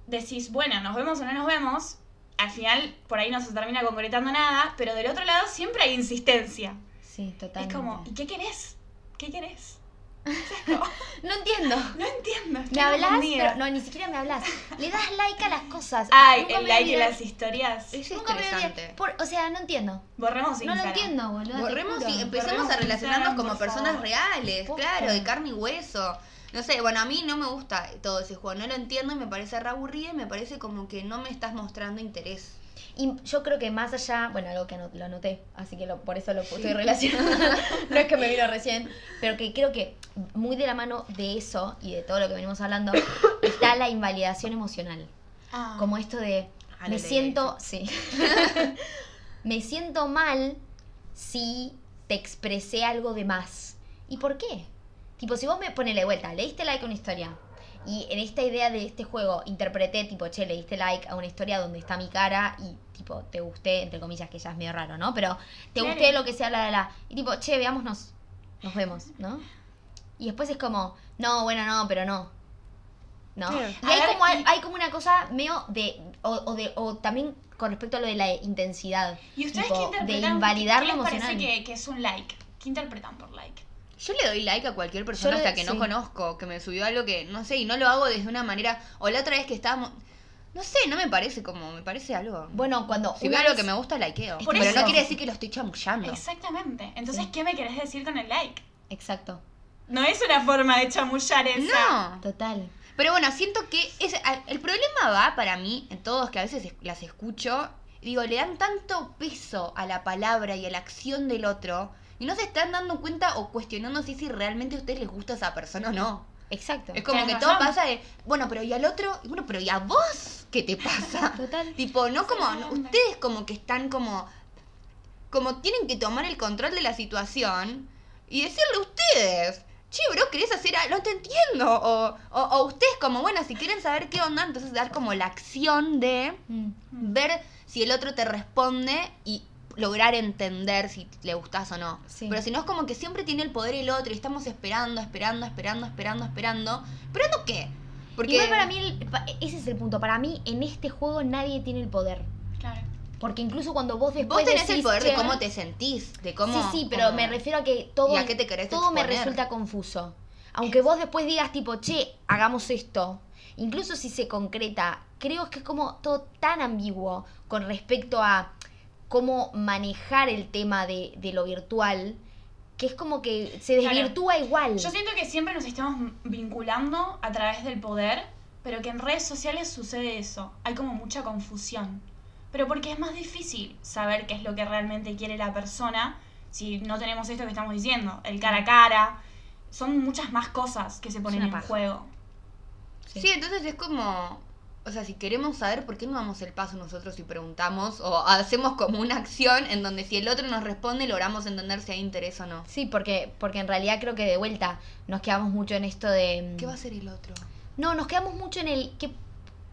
S3: decís, bueno, nos vemos o no nos vemos, al final por ahí no se termina concretando nada, pero del otro lado siempre hay insistencia.
S2: Sí,
S3: Es
S2: totalmente.
S3: como, ¿y qué querés? ¿Qué querés?
S2: [LAUGHS] No entiendo.
S3: [LAUGHS] No entiendo. estoy
S2: Me hablas,
S3: confundida.
S2: pero no, ni siquiera me hablas. Le das like a las cosas.
S3: Ay,
S2: Nunca me
S3: el
S2: voy a
S3: like en
S2: olvidar-
S3: las
S1: [LAUGHS]
S3: historias.
S1: Es
S2: Nunca me voy a olvidar.
S1: estresante.
S2: Por- o sea, no entiendo.
S3: Borremos
S2: no lo
S3: Instagram.
S2: entiendo, boludo.
S1: Borremos y empecemos
S3: Borremos
S1: a relacionarnos
S3: Instagram,
S1: como
S3: por
S1: personas
S3: favor.
S1: reales,
S2: Posta.
S1: claro, de carne y hueso. No sé, bueno, a mí no me gusta todo ese juego, no lo entiendo y me parece re aburrido y me parece como que no me estás mostrando interés.
S2: Y yo creo que más allá, bueno, algo que ano- lo anoté, así que lo- por eso lo estoy relacionando. no es que me vino recién, pero que creo que muy de la mano de eso y de todo lo que venimos hablando está la invalidación emocional.
S3: Ah.
S2: Como esto de
S1: Ah, lo
S2: me
S1: leí,
S2: siento, sí. [LAUGHS] me siento mal si te expresé algo de más. ¿Y por qué? Tipo, si vos me pones de vuelta, le diste like a una historia. Y en esta idea de este juego interpreté, tipo, che, le diste like a una historia donde está mi cara y, tipo, te gusté, entre comillas, que ya es medio raro, ¿no? Pero te
S3: Claro.
S2: gusté lo que sea, la, la, la. Y, tipo, che, veámonos, nos vemos, ¿no? Y después es como, no, bueno, no, pero no. ¿No?
S1: Claro.
S2: Y hay,
S3: A ver,
S2: como,
S3: y-
S2: hay como una cosa medio de o, o de. o también con respecto a lo de la intensidad.
S3: ¿Y ustedes
S2: tipo,
S3: qué
S2: De
S3: interpretan?
S2: invalidar
S3: ¿Qué
S2: lo
S3: les
S2: emocional.
S3: parece que, que es un like? ¿Qué interpretan por like?
S1: Yo le doy like a cualquier persona
S2: Yo le-
S1: hasta que no
S2: sí.
S1: conozco, que me subió algo que no sé, y no lo hago desde una manera. O la otra vez que estábamos. No sé, no me parece como, me parece algo.
S2: Bueno, cuando.
S1: si
S2: una
S1: veo algo
S2: vez-
S1: que me gusta, likeo.
S2: Es
S1: Pero
S3: por
S1: no
S3: eso.
S1: quiere decir que lo estoy chamullando.
S3: Exactamente. Entonces,
S2: Sí.
S3: ¿qué me querés decir con el like?
S2: Exacto.
S3: No es una forma de chamullar esa.
S1: No.
S2: Total.
S1: Pero bueno, siento que es, a- el problema va para mí, en todos que a veces es- las escucho, y digo, le dan tanto peso a la palabra y a la acción del otro, y no se están dando cuenta o cuestionando si, si realmente a ustedes les gusta esa persona o no.
S2: Exacto.
S1: Es como que
S3: Tenés
S1: todo
S3: razón.
S1: pasa de, bueno, pero ¿y al otro? Y bueno, pero ¿y a vos qué te
S3: [LAUGHS]
S1: pasa?
S2: Total.
S1: tipo, no como, no,
S3: Exactamente.
S1: ustedes como que están como, como tienen que tomar el control de la situación y decirle a ustedes. che, bro, ¿querés hacer algo? No te entiendo. O, o, o ustedes como, bueno, si quieren saber qué onda, entonces dar como la acción de
S2: Mm.
S3: Hmm,
S1: ver si el otro te responde y lograr entender si le gustás o no.
S2: Sí.
S1: Pero si no es como que siempre tiene el poder el otro y estamos esperando, esperando, esperando, esperando, esperando. ¿Esperando qué? Porque
S2: Igual para mí, el- pa- ese es el punto. Para mí, en este juego nadie tiene el poder.
S3: Claro.
S2: Porque incluso cuando vos después
S1: vos tenés
S2: decís,
S1: el poder de
S2: "Che,
S1: cómo te sentís, de cómo...
S2: Sí, sí, pero
S1: cómo-
S2: me refiero a que todo,
S1: ¿Y a qué te querés
S2: todo me
S1: exponer?
S2: resulta confuso. Aunque vos después digas tipo, che, hagamos esto. Incluso si se concreta, creo que es como todo tan ambiguo con respecto a cómo manejar el tema de, de lo virtual, que es como que se
S3: Claro.
S2: desvirtúa igual.
S3: Yo siento que siempre nos estamos vinculando a través del poder, pero que en redes sociales sucede eso. Hay como mucha confusión. Pero porque es más difícil saber qué es lo que realmente quiere la persona si no tenemos esto que estamos diciendo, el cara a cara. Son muchas más cosas que se ponen
S6: una
S3: en
S6: paja.
S3: juego.
S1: Sí. entonces es como... O sea, si queremos saber por qué no damos el paso nosotros y preguntamos o hacemos como una acción en donde si el otro nos responde logramos entender si hay interés o no.
S2: Sí, porque, porque en realidad creo que de vuelta nos quedamos mucho en esto de... mm,
S1: ¿Qué va a hacer el otro?
S2: No, nos quedamos mucho en el qué,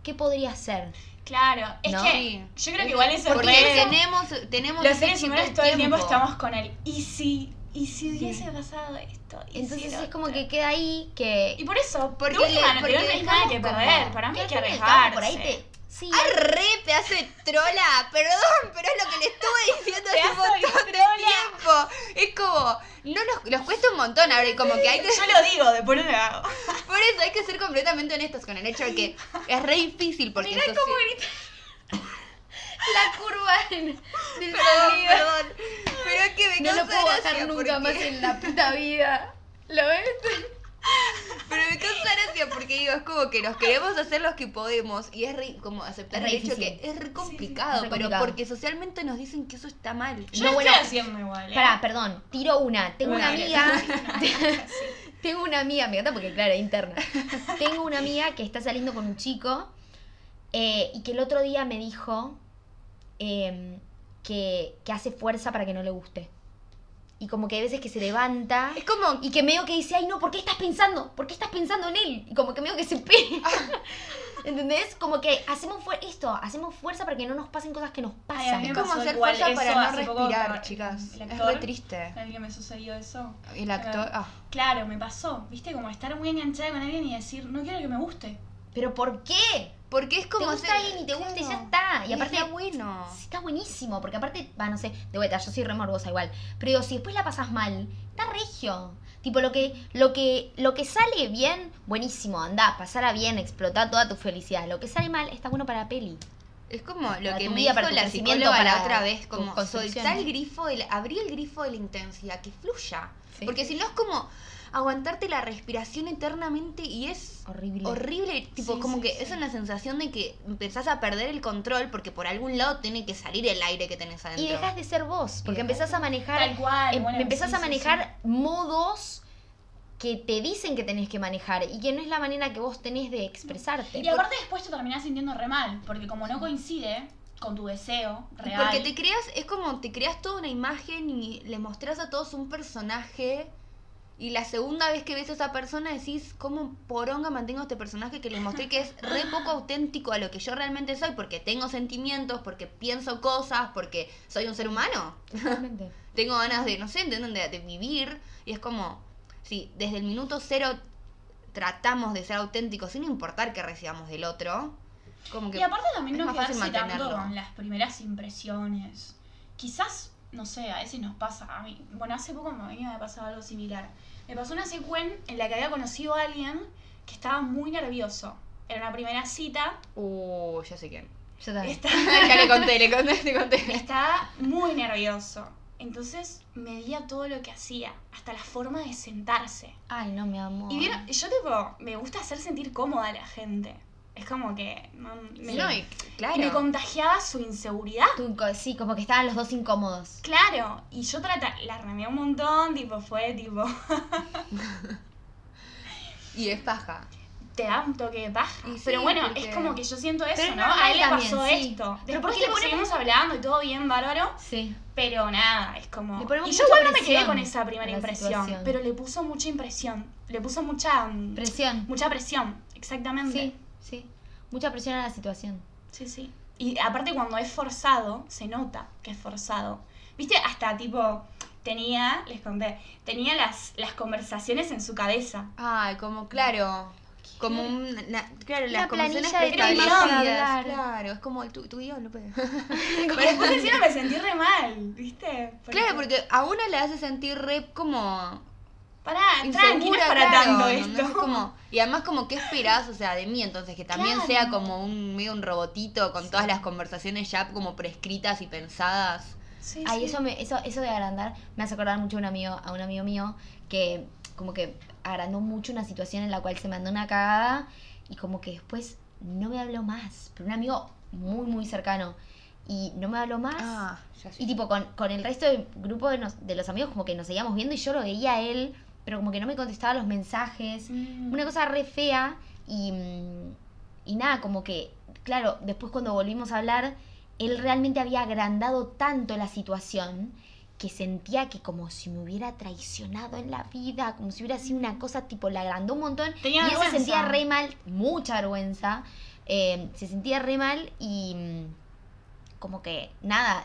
S2: qué podría ser.
S3: Claro, es
S2: No.
S3: que
S1: Sí.
S3: yo creo que igual es
S1: Porque
S3: re-
S1: tenemos, tenemos
S3: Los
S1: ese
S3: seres
S1: chip
S3: humanos
S1: del
S3: todo el tiempo estamos con el y si, y si hubiese
S2: Sí.
S3: pasado esto. ¿Y si
S2: Entonces
S3: lo
S2: es como
S3: otro?".
S2: que queda ahí que...
S3: Y por eso,
S1: Porque
S3: porque de última,
S1: le-
S3: no
S1: porque
S3: tenés nada
S1: dejamos
S3: que
S1: como-
S3: perder. Para mí hay que
S2: al fin y al cabo,
S3: arriesgarse.
S2: Por ahí te... Sí,
S1: ¡Arre, pedazo de trola! Perdón, pero es lo que le estuve diciendo hace un
S3: Pedazo de
S1: montón de
S3: trola.
S1: tiempo. Es como, no nos, nos cuesta un montón abrir, como que hay que...
S3: Yo lo digo, de por un lado.
S1: Por eso hay que ser completamente honestos con el hecho de que es re difícil porque...
S2: Mirá
S1: eso
S2: cómo
S1: sí-
S2: [LAUGHS] la curva en- del
S1: Perdón,
S2: sonido.
S1: perdón. Pero es que me
S2: No
S1: causa
S2: lo puedo
S1: gracia
S2: bajar nunca
S1: porque-
S2: más en la puta vida. ¿Lo ves? [LAUGHS]
S1: Pero me causa gracia porque digo, es como que nos queremos hacer los que podemos y es re- como aceptar
S2: Es re
S1: el hecho
S2: difícil.
S1: que es re complicado,
S2: es re
S1: pero
S2: complicado.
S1: porque socialmente nos dicen que eso está mal.
S3: Yo
S2: No,
S3: lo
S2: bueno,
S3: estoy haciendo igual. ¿eh?
S2: Pará, perdón, tiro una. Tengo una
S3: Bueno,
S2: amiga,
S3: [LAUGHS]
S2: [LAUGHS]
S3: sí.
S2: tengo una amiga, me encanta porque claro, es interna. Tengo una amiga que está saliendo con un chico eh, y que el otro día me dijo em, que, que hace fuerza para que no le guste. Y como que hay veces que se levanta
S1: Es como
S2: y que medio que dice, ay no, ¿por qué estás pensando? ¿Por qué estás pensando en él? Y como que medio que se
S3: [LAUGHS]
S2: pega. ¿Entendés? Como que hacemos fuer- esto, hacemos fuerza para que no nos pasen cosas que nos
S3: Ay, a
S2: pasan.
S3: mí
S1: Es
S3: me
S1: como
S3: pasó
S1: hacer
S3: igual
S1: fuerza
S3: eso
S1: para no
S3: hace poco
S1: respirar,
S3: con
S1: chicas.
S3: el
S1: Es
S3: actor.
S1: re triste.
S3: ¿Alguien me sucedió eso?
S1: El actor. Ah.
S3: Claro, me pasó. Viste, como estar muy enganchada con alguien y decir, no quiero que me guste.
S2: ¿Pero por qué?
S1: Porque es como.
S2: gusta alguien y te gusta y ya está. Y aparte- uh,
S1: Está bueno.
S2: Sí, Está buenísimo, porque aparte, va, no sé, de vuelta, yo soy re morbosa igual. Pero digo, si después la pasas mal, está regio. Tipo, lo que, lo que, lo que sale bien, buenísimo, andá, pasala bien, explotá toda tu felicidad. Lo que sale mal, está bueno para la peli.
S1: Es como lo
S2: Para
S1: que
S2: tu
S1: me
S2: vida,
S1: dijo
S2: para tu
S1: la
S2: crecimiento,
S1: psicóloga la
S2: para
S1: otra vez,
S2: tu
S1: como
S2: construcción.
S1: soltar el grifo, del, abrí el grifo de la intensidad, que fluya.
S2: Sí.
S1: Porque si no es como aguantarte la respiración eternamente y es
S2: Horrible.
S1: horrible, tipo
S3: Sí,
S1: como
S3: sí,
S1: que
S3: sí.
S1: es una sensación de que empezás a perder el control porque por algún lado tiene que salir el aire que tenés adentro.
S2: Y dejas de ser vos, porque
S1: dejás
S2: empezás a manejar
S3: Tal cual,
S2: em-
S3: bueno,
S2: empezás
S3: sí,
S2: a
S3: sí,
S2: manejar modos que te dicen que tenés que manejar y que no es la manera que vos tenés de expresarte.
S3: Y aparte después te terminás sintiendo re mal, porque como no coincide con tu deseo
S1: Y
S3: real.
S1: Porque te creas, es como te creas toda una imagen y le mostrás a todos un personaje. Y la segunda vez que ves a esa persona decís, ¿cómo poronga mantengo este personaje que les mostré que es
S3: [LAUGHS]
S1: re poco auténtico a lo que yo realmente soy? Porque tengo sentimientos, porque pienso cosas, porque soy un ser humano.
S2: Totalmente.
S1: Tengo ganas de, no sé, ¿entienden? De, de vivir. Y es como, si desde el minuto cero tratamos de ser auténticos sin importar que recibamos del otro. Como que
S3: Y aparte también
S1: es
S3: no
S1: más fácil
S3: quedarse tanto
S1: mantenerlo.
S3: con las primeras impresiones. Quizás, no sé, a veces nos pasa. A mí, bueno, hace poco me- a mí me ha pasado algo similar. Me pasó una secuen en la que había conocido a alguien que estaba muy nervioso. Era una primera cita.
S1: Uh, ya sé quién.
S2: Yo también.
S3: Está,
S1: [LAUGHS] ya le conté, le conté, le conté.
S3: estaba muy nervioso. Entonces medía todo lo que hacía, hasta la forma de sentarse.
S2: Ay, no, mi amor.
S3: Y vieron, yo tipo, me gusta hacer sentir cómoda a la gente. Es como que... no, me,
S1: No, y, claro.
S3: y me contagiaba su inseguridad.
S2: Tú, co- sí, como que estaban los dos incómodos.
S3: Claro, y yo trata, la remé un montón, tipo, fue tipo.
S1: Y es paja.
S3: [LAUGHS] te da un toque de paja.
S7: Y sí,
S3: pero bueno,
S7: porque-
S3: es como que yo siento eso,
S1: Pero es
S3: ¿no? A
S1: normal
S3: él le
S1: también,
S3: pasó
S1: sí.
S3: esto.
S1: Pero ¿por
S3: Después
S1: qué
S3: le
S1: le ponemos-
S3: seguimos hablando y todo bien, bárbaro.
S2: Sí.
S3: Pero nada, es como.
S2: Le ponemos
S3: Y
S2: mucha
S3: yo igual no me
S2: presión
S3: quedé con esa
S2: a
S3: primera
S2: la
S3: impresión.
S2: situación.
S3: Pero le puso mucha impresión. Le puso mucha. mm,
S2: Presión.
S3: mucha presión, exactamente.
S2: Sí, sí. Mucha presión a la situación.
S3: Sí, sí. Y aparte cuando es forzado, se nota que es forzado. Viste, hasta tipo, tenía, les conté, tenía las, las conversaciones en su cabeza.
S1: Ay, como, claro. Como un. na- claro,
S2: Una
S1: las conversaciones
S2: planilla de
S1: preestablecidas,
S2: tareas.
S1: Claro, es como tu, tu guión, no [LAUGHS] puede.
S3: Pero después encima me sentí re mal, ¿viste?
S1: [LAUGHS] Claro, porque a una le hace sentir re como.
S3: Pará, tranqui, no es
S1: Insegura,
S3: para
S1: claro,
S3: tanto
S1: ¿no?
S3: esto.
S1: Es como, y además como que esperás, o sea, de mí, entonces que también
S3: Claro.
S1: sea como un medio un robotito con todas las conversaciones ya como prescritas y pensadas.
S3: Sí,
S2: Ay,
S3: sí.
S2: eso, me, eso, eso de agrandar me hace acordar mucho a un amigo, a un amigo mío que como que agrandó mucho una situación en la cual se mandó una cagada y como que después no me habló más. Pero un amigo muy, muy cercano. Y no me habló más.
S1: Ah,
S3: Ah.
S1: ya
S2: Y tipo, con, con el resto del grupo de, nos- de los amigos como que nos seguíamos viendo y yo lo veía a él, pero como que no me contestaba los mensajes.
S3: Mm.
S2: Una cosa re fea y, mm, y nada, como que, claro, después cuando volvimos a hablar, él realmente había agrandado tanto la situación que sentía que como si me hubiera traicionado en la vida, como si hubiera sido una cosa tipo, la agrandó un montón
S3: Tenía
S2: y él se
S3: vergüenza.
S2: sentía re mal, mucha vergüenza, eh, se sentía re mal y mm, como que nada,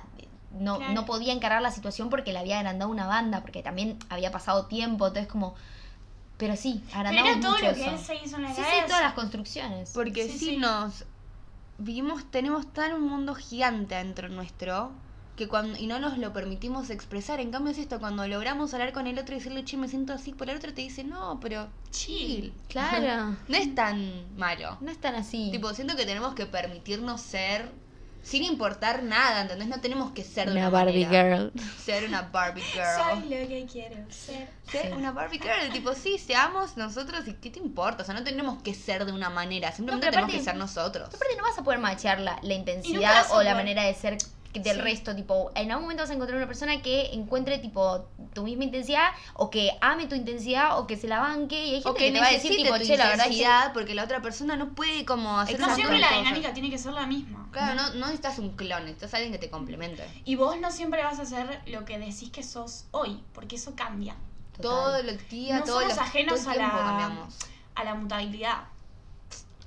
S2: no,
S3: Claro.
S2: no podía encarar la situación porque le había agrandado una banda, porque también había pasado tiempo, entonces como, pero sí,
S3: Pero
S2: agrandamos
S3: era todo
S2: mucho
S3: lo
S2: eso.
S3: que él se hizo en la
S2: Sí, sí,
S3: cabeza.
S2: todas las construcciones.
S1: Porque
S3: Sí,
S1: si
S3: sí.
S1: nos vivimos, tenemos tan un mundo gigante dentro nuestro que cuando y no nos lo permitimos expresar. En cambio es esto, cuando logramos hablar con el otro y decirle, che, me siento así, por el otro te dice, no, pero chill.
S3: Chill.
S2: [LAUGHS] Claro,
S1: [LAUGHS] No es tan malo.
S2: no es tan así.
S1: Tipo, siento que tenemos que permitirnos ser sin importar nada, ¿entendés? No tenemos que ser de una, manera.
S2: girl.
S1: Ser una
S2: [LAUGHS]
S1: Barbie
S3: Soy
S1: girl.
S3: lo que quiero ser.
S1: Ser una Barbie girl, tipo, sí, seamos nosotros y qué te importa. O sea, no tenemos que ser de una manera, simplemente
S2: No, pero
S1: tenemos que
S2: aparte-
S1: ser nosotros.
S2: Aparte no vas a poder machear la, la
S3: nunca vas
S2: intensidad
S3: a
S2: o la
S3: poder.
S2: manera de ser que- del
S3: Sí.
S2: resto, tipo, en algún momento vas a encontrar una persona que encuentre tipo tu misma intensidad o que ame tu intensidad o que se la banque y hay gente
S1: O que
S2: te va a decir
S1: necesite
S2: tipo,
S1: tu
S2: che, la verdad es que
S1: intensidad porque la otra persona no puede como hacer
S3: No
S1: una
S3: siempre la
S1: cosa.
S3: dinámica tiene que ser la misma.
S1: Claro, no, no necesitas un clon, necesitas alguien que te complemente.
S3: Y vos no siempre vas a ser lo que decís que sos hoy, porque eso cambia.
S2: Total.
S1: Todo el día,
S3: No
S1: todos
S3: somos
S1: los-
S3: ajenos
S1: todo el
S3: a la-
S1: tiempo cambiamos.
S3: A la mutabilidad.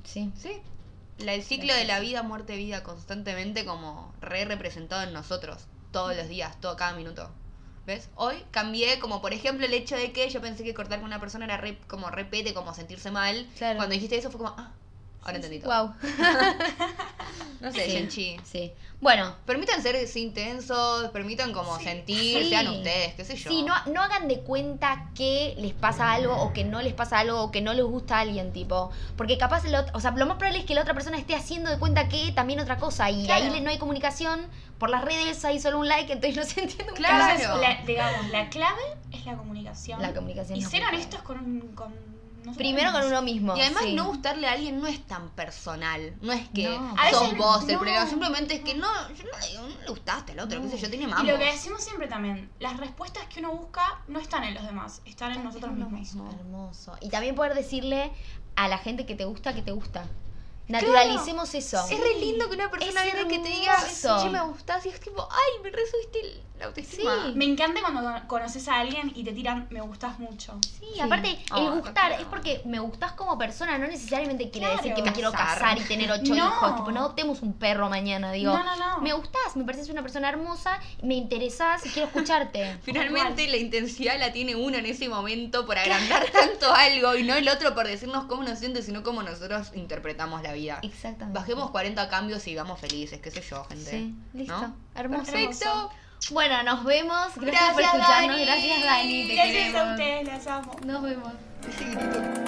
S2: Sí.
S1: Sí. La- el ciclo de la vida, muerte, vida, constantemente como re representado en nosotros, todos los días, todo cada minuto. ¿Ves? Hoy cambié, como por ejemplo el hecho de que yo pensé que cortar con una persona era re- como repete, como sentirse mal.
S2: Claro.
S1: Cuando dijiste eso fue como, ah, ahora entendí todo.
S2: Wow.
S1: No sé,
S2: Sí.
S1: Genchi.
S2: Sí. Bueno,
S1: Permitan ser intensos, permitan como sentir,
S2: Sí.
S1: sean ustedes, qué sé yo.
S2: Sí, no, no hagan de cuenta que les pasa algo o que no les pasa algo o que no les gusta a alguien, tipo. Porque capaz, el ot- o sea, lo más probable es que la otra persona esté haciendo de cuenta que también otra cosa y
S3: Claro.
S2: ahí le- no hay comunicación. Por las redes hay solo un like, entonces no se entiende un
S1: Claro.
S3: Entonces, la- digamos, la clave es la comunicación.
S2: carajo. La comunicación.
S3: y
S2: no
S3: ser
S2: funciona.
S3: honestos con, con nosotros
S2: Primero con
S3: mismos.
S2: uno mismo.
S1: Y además
S2: sí.
S1: no gustarle a alguien no es tan personal. No es que
S2: No.
S3: A
S1: sos
S3: veces
S1: vos el
S3: no.
S1: problema. Simplemente es que no, yo no, digo, no le gustaste al otro, qué sé yo, tiene mambo.
S3: Y lo que decimos siempre también, las respuestas que uno busca no están en los demás, están en nosotros
S1: en uno
S3: mismos.
S1: mismo.
S2: Hermoso. Y también poder decirle a la gente que te gusta que te gusta. Naturalicemos eso.
S1: Es re lindo que una persona
S2: Es
S1: venga y que te diga,
S2: hermoso.
S1: "Che, me gustás, y es tipo, ay, me resubiste el- la autoestima.
S2: Sí.
S3: Me encanta cuando conoces a alguien y te tiran me gustas mucho.
S2: Sí,
S1: Sí.
S2: aparte, el
S1: Ah,
S2: gustar
S1: claro.
S2: es porque me gustas como persona, no necesariamente quiere
S3: Claro.
S2: decir que me quiero
S1: Casar.
S2: casar y tener ocho
S3: No.
S2: hijos. Tipo, no adoptemos un perro mañana, digo.
S3: no, no, no.
S2: Me gustas, me pareces una persona hermosa, me interesas y quiero [LAUGHS] escucharte.
S1: [LAUGHS] Finalmente la intensidad la tiene uno en ese momento por agrandar tanto algo y no el otro por decirnos cómo nos siente, sino cómo nosotros interpretamos la vida.
S2: Exactamente.
S1: Bajemos 40 cambios y vivamos felices, qué sé yo, gente.
S2: Sí, listo.
S1: ¿No?
S2: Hermoso.
S1: Perfecto.
S2: Bueno, nos vemos. Gracias, por
S1: Gracias,
S2: escucharnos.
S1: Dani.
S2: Gracias, Dani. Te
S3: Gracias
S2: queremos.
S3: a ustedes, las amo.
S2: Nos vemos.
S1: Ese grito.